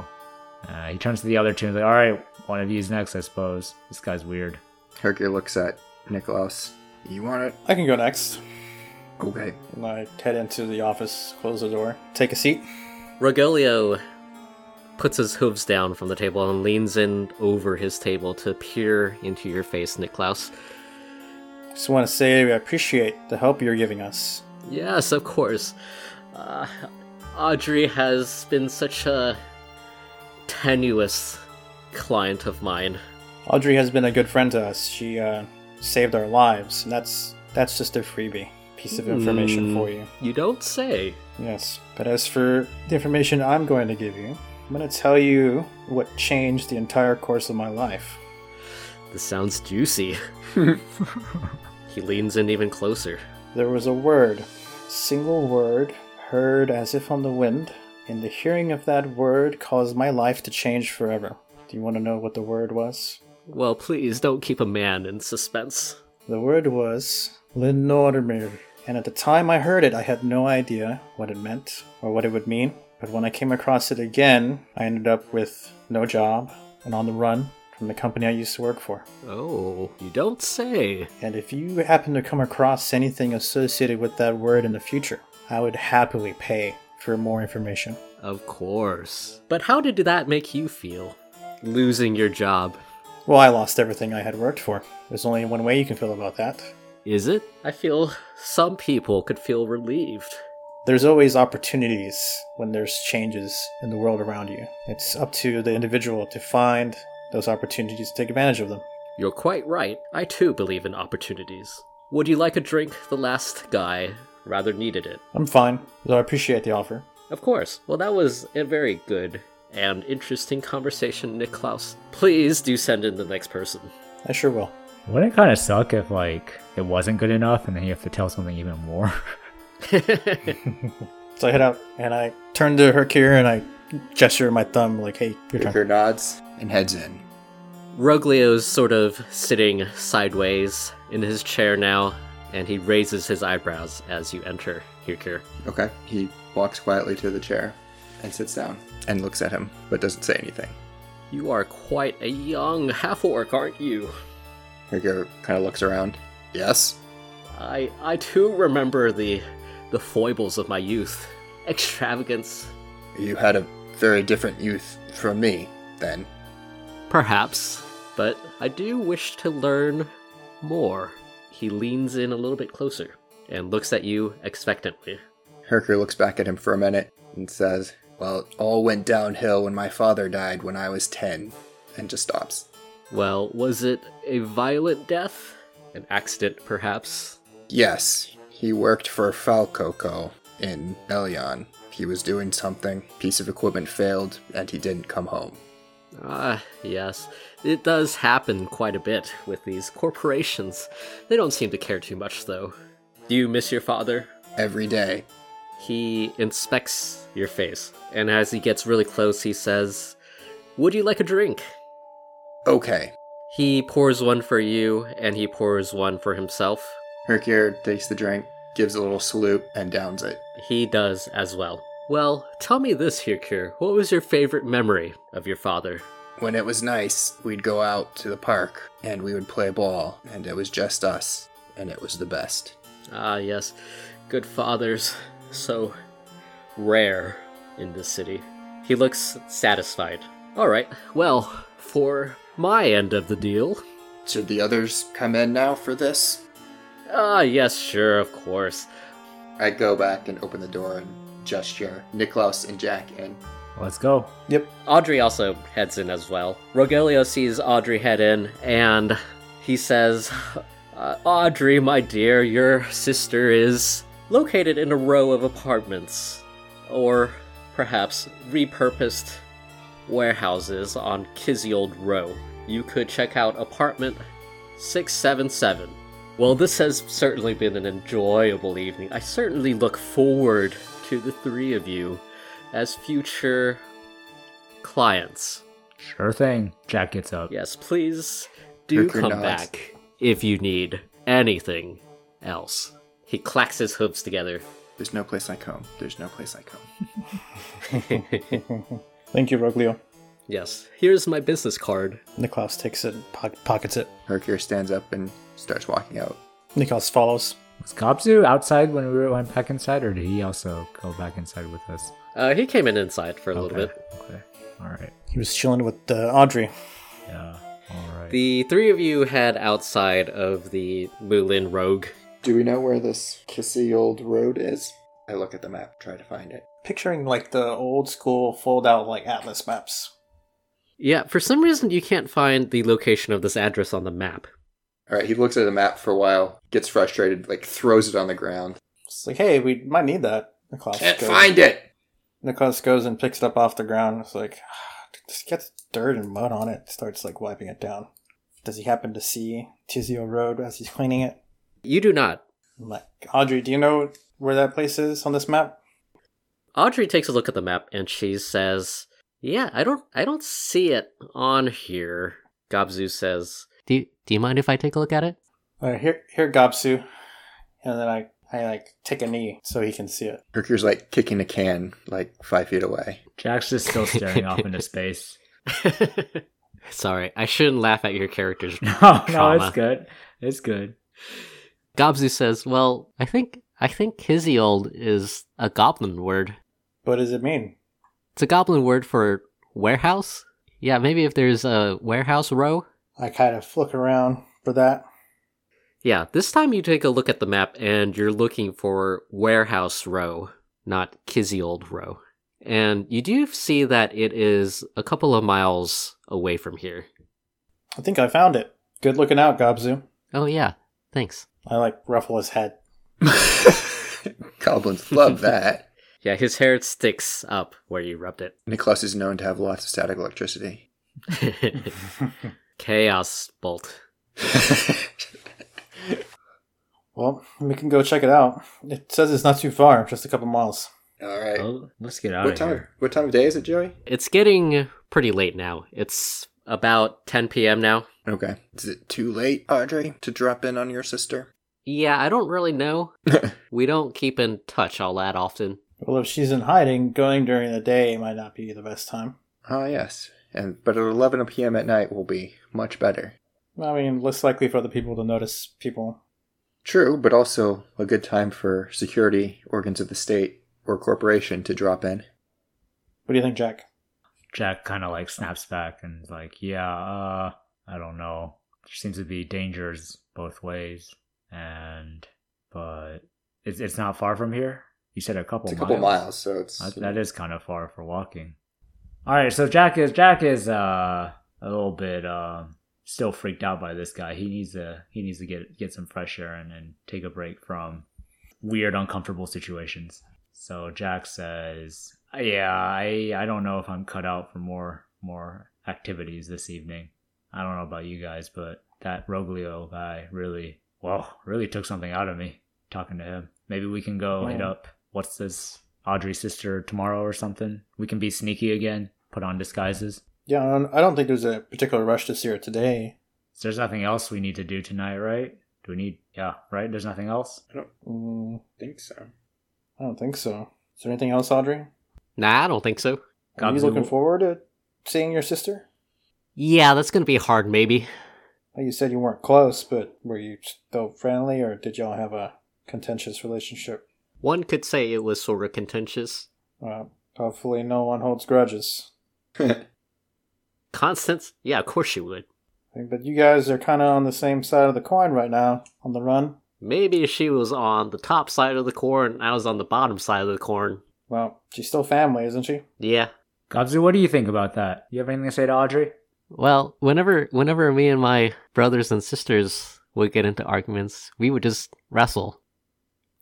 A: uh, he turns to the other two and is like, "All right, one of you's next, I suppose. This guy's weird."
D: Hercule looks at Nikolaus. You want it?
C: I can go next.
D: Okay.
C: And I head into the office, close the door, take a seat.
B: Rogelio puts his hooves down from the table and leans in over his table to peer into your face, Niklaus.
C: Just want to say I appreciate the help you're giving us.
B: Yes, of course. Uh, Audrey has been such a tenuous client of mine.
C: Audrey has been a good friend to us. She uh, saved our lives, and that's that's just a freebie piece of information
B: Hmm.
C: for you.
B: You don't say.
C: Hmm. Yes, but as for the information I'm going to give you, I'm going to tell you what changed the entire course of my life.
B: This sounds juicy. he leans in even closer.
C: There was a word, single word, heard as if on the wind, and the hearing of that word caused my life to change forever. Do you want to know what the word was?
B: Well, please don't keep a man in suspense.
C: The word was Lenormir, and at the time I heard it, I had no idea what it meant or what it would mean. But when I came across it again, I ended up with no job and on the run from the company I used to work for.
B: Oh, you don't say.
C: And if you happen to come across anything associated with that word in the future, I would happily pay for more information.
B: Of course. But how did that make you feel? Losing your job.
C: Well, I lost everything I had worked for. There's only one way you can feel about that.
B: Is it? I feel some people could feel relieved.
C: There's always opportunities when there's changes in the world around you. It's up to the individual to find those opportunities to take advantage of them.
B: You're quite right. I too believe in opportunities. Would you like a drink? The last guy rather needed it.
C: I'm fine, though I appreciate the offer.
B: Of course. Well, that was a very good and interesting conversation, Niklaus. Please do send in the next person.
C: I sure will.
A: Wouldn't it kind of suck if like it wasn't good enough, and then you have to tell something even more?
C: So I head out and I turn to Hercure and I gesture my thumb like, hey, your turn.
D: Baker nods and heads in.
B: Roglio's sort of sitting sideways in his chair now, and he raises his eyebrows as you enter, Hukir.
D: Okay. He walks quietly to the chair and sits down and looks at him, but doesn't say anything.
B: You are quite a young half orc, aren't you?
D: Hercule kind of looks around. Yes.
B: I I too remember the the foibles of my youth. Extravagance.
D: You had a very different youth from me then.
B: Perhaps. But I do wish to learn more. He leans in a little bit closer and looks at you expectantly.
D: Herker looks back at him for a minute and says, Well, it all went downhill when my father died when I was 10, and just stops.
B: Well, was it a violent death? An accident, perhaps?
D: Yes, he worked for Falcoco in Elion. He was doing something, piece of equipment failed, and he didn't come home.
B: Ah, yes. It does happen quite a bit with these corporations. They don't seem to care too much, though. Do you miss your father?
D: Every day,
B: He inspects your face, and as he gets really close, he says, Would you like a drink?
D: okay.
B: He pours one for you, and he pours one for himself.
D: Herkier takes the drink, gives a little salute, and downs it.
B: He does as well. Well, tell me this, Hirkir. What was your favorite memory of your father?
D: When it was nice, we'd go out to the park and we would play ball, and it was just us, and it was the best.
B: Ah, yes. Good fathers. So rare in this city. He looks satisfied. All right. Well, for my end of the deal.
D: Should the others come in now for this?
B: Ah, yes, sure, of course.
D: I go back and open the door and gesture Niklaus and Jack in.
A: Let's go.
C: Yep.
B: Audrey also heads in as well. Rogelio sees Audrey head in and he says, Uh, Audrey, my dear, your sister is located in a row of apartments, or perhaps repurposed warehouses on Kizzyold Row. You could check out apartment 677. Well, this has certainly been an enjoyable evening. I certainly look forward to the three of you as future clients.
A: Sure thing. Jack gets up.
B: Yes, please do
D: Kirker
B: come
D: nods.
B: back if you need anything else. He clacks his hooves together.
D: There's no place like home. There's no place like home.
C: Thank you, Roglio.
B: Yes, here's my business card.
C: Niklaus takes it, po- pockets it.
D: Hercure stands up and starts walking out.
C: Niklaus follows.
A: Was Kobzu outside when we were- went back inside, or did he also go back inside with us?
B: Uh, he came in inside for a little
A: Okay,
B: bit.
A: Okay. All right.
C: He was chilling with uh, Audrey.
A: Yeah. All right.
B: The three of you head outside of the Moulin Rogue.
D: Do we know where this kissy old road is? I look at the map, try to find it.
C: Picturing like the old school fold out like atlas maps.
B: Yeah, for some reason you can't find the location of this address on the map.
D: All right, he looks at the map for a while, gets frustrated, like throws it on the ground.
C: It's like, hey, we might need that. Niklaus
D: Can't
C: goes-
D: find it.
C: Niklaus goes and picks it up off the ground. It's like, just gets dirt and mud on it. Starts like wiping it down. Does he happen to see Tizio Road as he's cleaning it?
B: You do not.
C: I'm like, Audrey, do you know where that place is on this map?
B: Audrey takes a look at the map and she says, "Yeah, I don't, I don't see it on here." Gobzu says,
F: Do you, do you mind if I take a look at it?
C: All right, here, here, Gopsu, and then I, I like take a knee so he can see it.
D: Hercure's like kicking a can, like five feet away.
A: Jack's just still staring off into space.
B: Sorry, I shouldn't laugh at your characters.
A: No, no,
B: Trauma.
A: it's good. It's good.
F: Gobzu says, "Well, I think I think Kiziold is a goblin word.
C: What does it mean?
F: It's a goblin word for warehouse. Yeah, maybe if there's a warehouse row.
C: I kind of look around for that.
B: yeah, this time you take a look at the map and you're looking for Warehouse Row, not Kizzyold Row. And you do see that it is a couple of miles away from here.
C: I think I found it. Good looking out, Gobsu.
F: Oh yeah, thanks.
C: I like ruffle his head.
D: Goblins love that.
B: Yeah, his hair sticks up where you rubbed it.
D: Niklaus is known to have lots of static electricity.
B: Chaos Bolt.
C: Well, we can go check it out. It says it's not too far, just a couple miles.
D: All right.
A: Well, let's get out
D: what
A: of
D: time?
A: Oh, here.
D: What time of day is it, Joey?
B: It's getting pretty late now. It's about 10 p.m. now.
D: Okay. Is it too late, Audrey, to drop in on your sister?
B: Yeah, I don't really know. we don't keep in touch all that often.
C: Well, if she's in hiding, going during the day might not be the best time.
D: Ah, yes. And but at 11 p.m. at night will be much better.
C: I mean, less likely for other people to notice people.
D: True, but also a good time for security organs of the state or corporation to drop in.
C: What do you think, Jack?
A: Jack kind of like snaps back and is like, "Yeah, uh, I don't know. There seems to be dangers both ways, and but it's it's not far from here. You said a couple.
D: It's a couple
A: miles. Uh,
D: miles, so it's
A: That, that is kind of far for walking. All right, so Jack is Jack is uh, a little bit um, still freaked out by this guy. He needs to he needs to get get some fresh air and, and take a break from weird, uncomfortable situations. So Jack says, "Yeah, I I don't know if I'm cut out for more more activities this evening. I don't know about you guys, but that Roglio guy really whoa really took something out of me talking to him. Maybe we can go hit
C: Yeah.
A: up what's this Audrey's sister tomorrow or something. We can be sneaky again, put on disguises.
C: Yeah, I don't, I don't think there's a particular rush to see her today.
A: So there's nothing else we need to do tonight, right? Do we need yeah right? There's nothing else.
C: Mm,
D: think so.
C: I don't think so. Is there anything else, Audrey?
F: Nah, I don't think so.
C: Are you
A: Gobzu-
C: looking forward to seeing your sister?
F: Yeah, that's gonna be hard, maybe.
C: Well, you said you weren't close, but were you still friendly, or did y'all have a contentious relationship?
B: One could say it was sort of contentious.
C: Uh, hopefully, no one holds grudges.
B: Constance? Yeah, of course she would.
C: But you guys are kind of on the same side of the coin right now, on the run.
B: Maybe she was on the top side of the corn, and I was on the bottom side of the corn.
C: Well, she's still family, isn't she?
B: Yeah.
A: Gobzu, what do you think about that? You have anything to say to Audrey?
F: Well, whenever whenever me and my brothers and sisters would get into arguments. We would just wrestle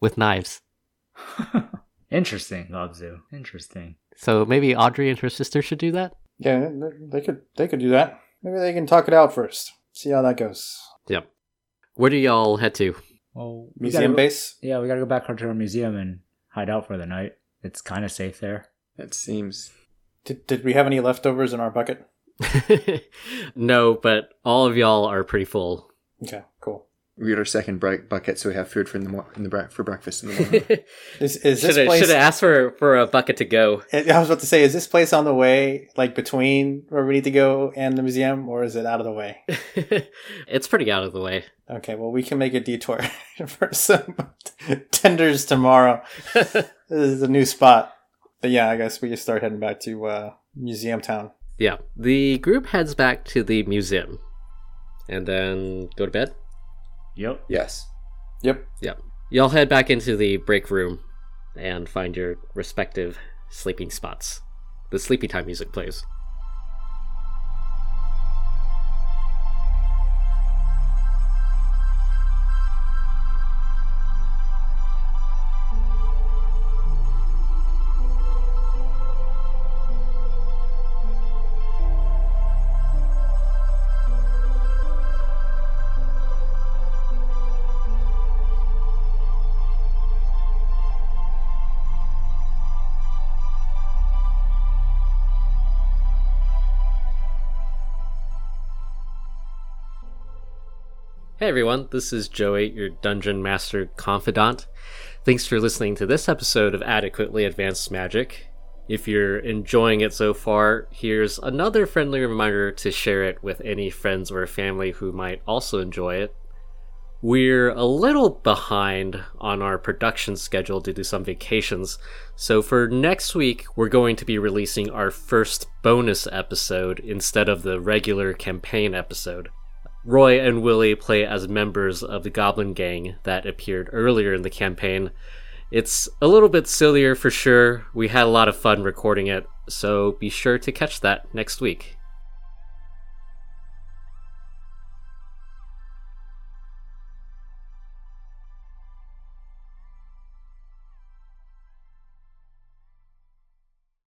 F: with knives.
A: Interesting, Lobzu. Interesting.
F: So maybe Audrey and her sister should do that?
C: Yeah, they- they could they could do that. Maybe they can talk it out first. See how that goes.
B: Yep. Where do y'all head to?
A: Well, we
C: Museum
A: gotta-
C: base.
A: Yeah, we gotta go back to our museum and hide out for the night. It's kind of safe there.
D: That seems.
C: Did, did we have any leftovers in our bucket?
B: no, but all of y'all are pretty full.
C: Okay, cool.
D: We got our second bright bucket, so we have food for in the, mo- in the bra- for breakfast in the morning.
B: should
C: Is, is this
B: have
C: place?
B: asked for, for a bucket to go.
C: I I was about to say, is this place on the way, like between where we need to go and the museum, or is it out of the way?
B: it's pretty out of the way.
C: Okay, well, we can make a detour for some tenders tomorrow. this is a new spot. But yeah, I guess we just start heading back to uh, Museum Town.
B: Yeah. The group heads back to the museum and then go to bed.
A: Yep.
D: yes.
C: Yep.
B: Y'all head back into the break room and find your respective sleeping spots. The sleepy time music plays. Hey everyone, this is Joey, your dungeon master confidant. Thanks for listening to this episode of Adequately Advanced Magic. If you're enjoying it so far, here's another friendly reminder to share it with any friends or family who might also enjoy it. We're a little behind on our production schedule due to some vacations, so for next week, we're going to be releasing our first bonus episode instead of the regular campaign episode. Roy and Willie play as members of the Goblin Gang that appeared earlier in the campaign. It's a little bit sillier for sure. We had a lot of fun recording it, so be sure to catch that next week.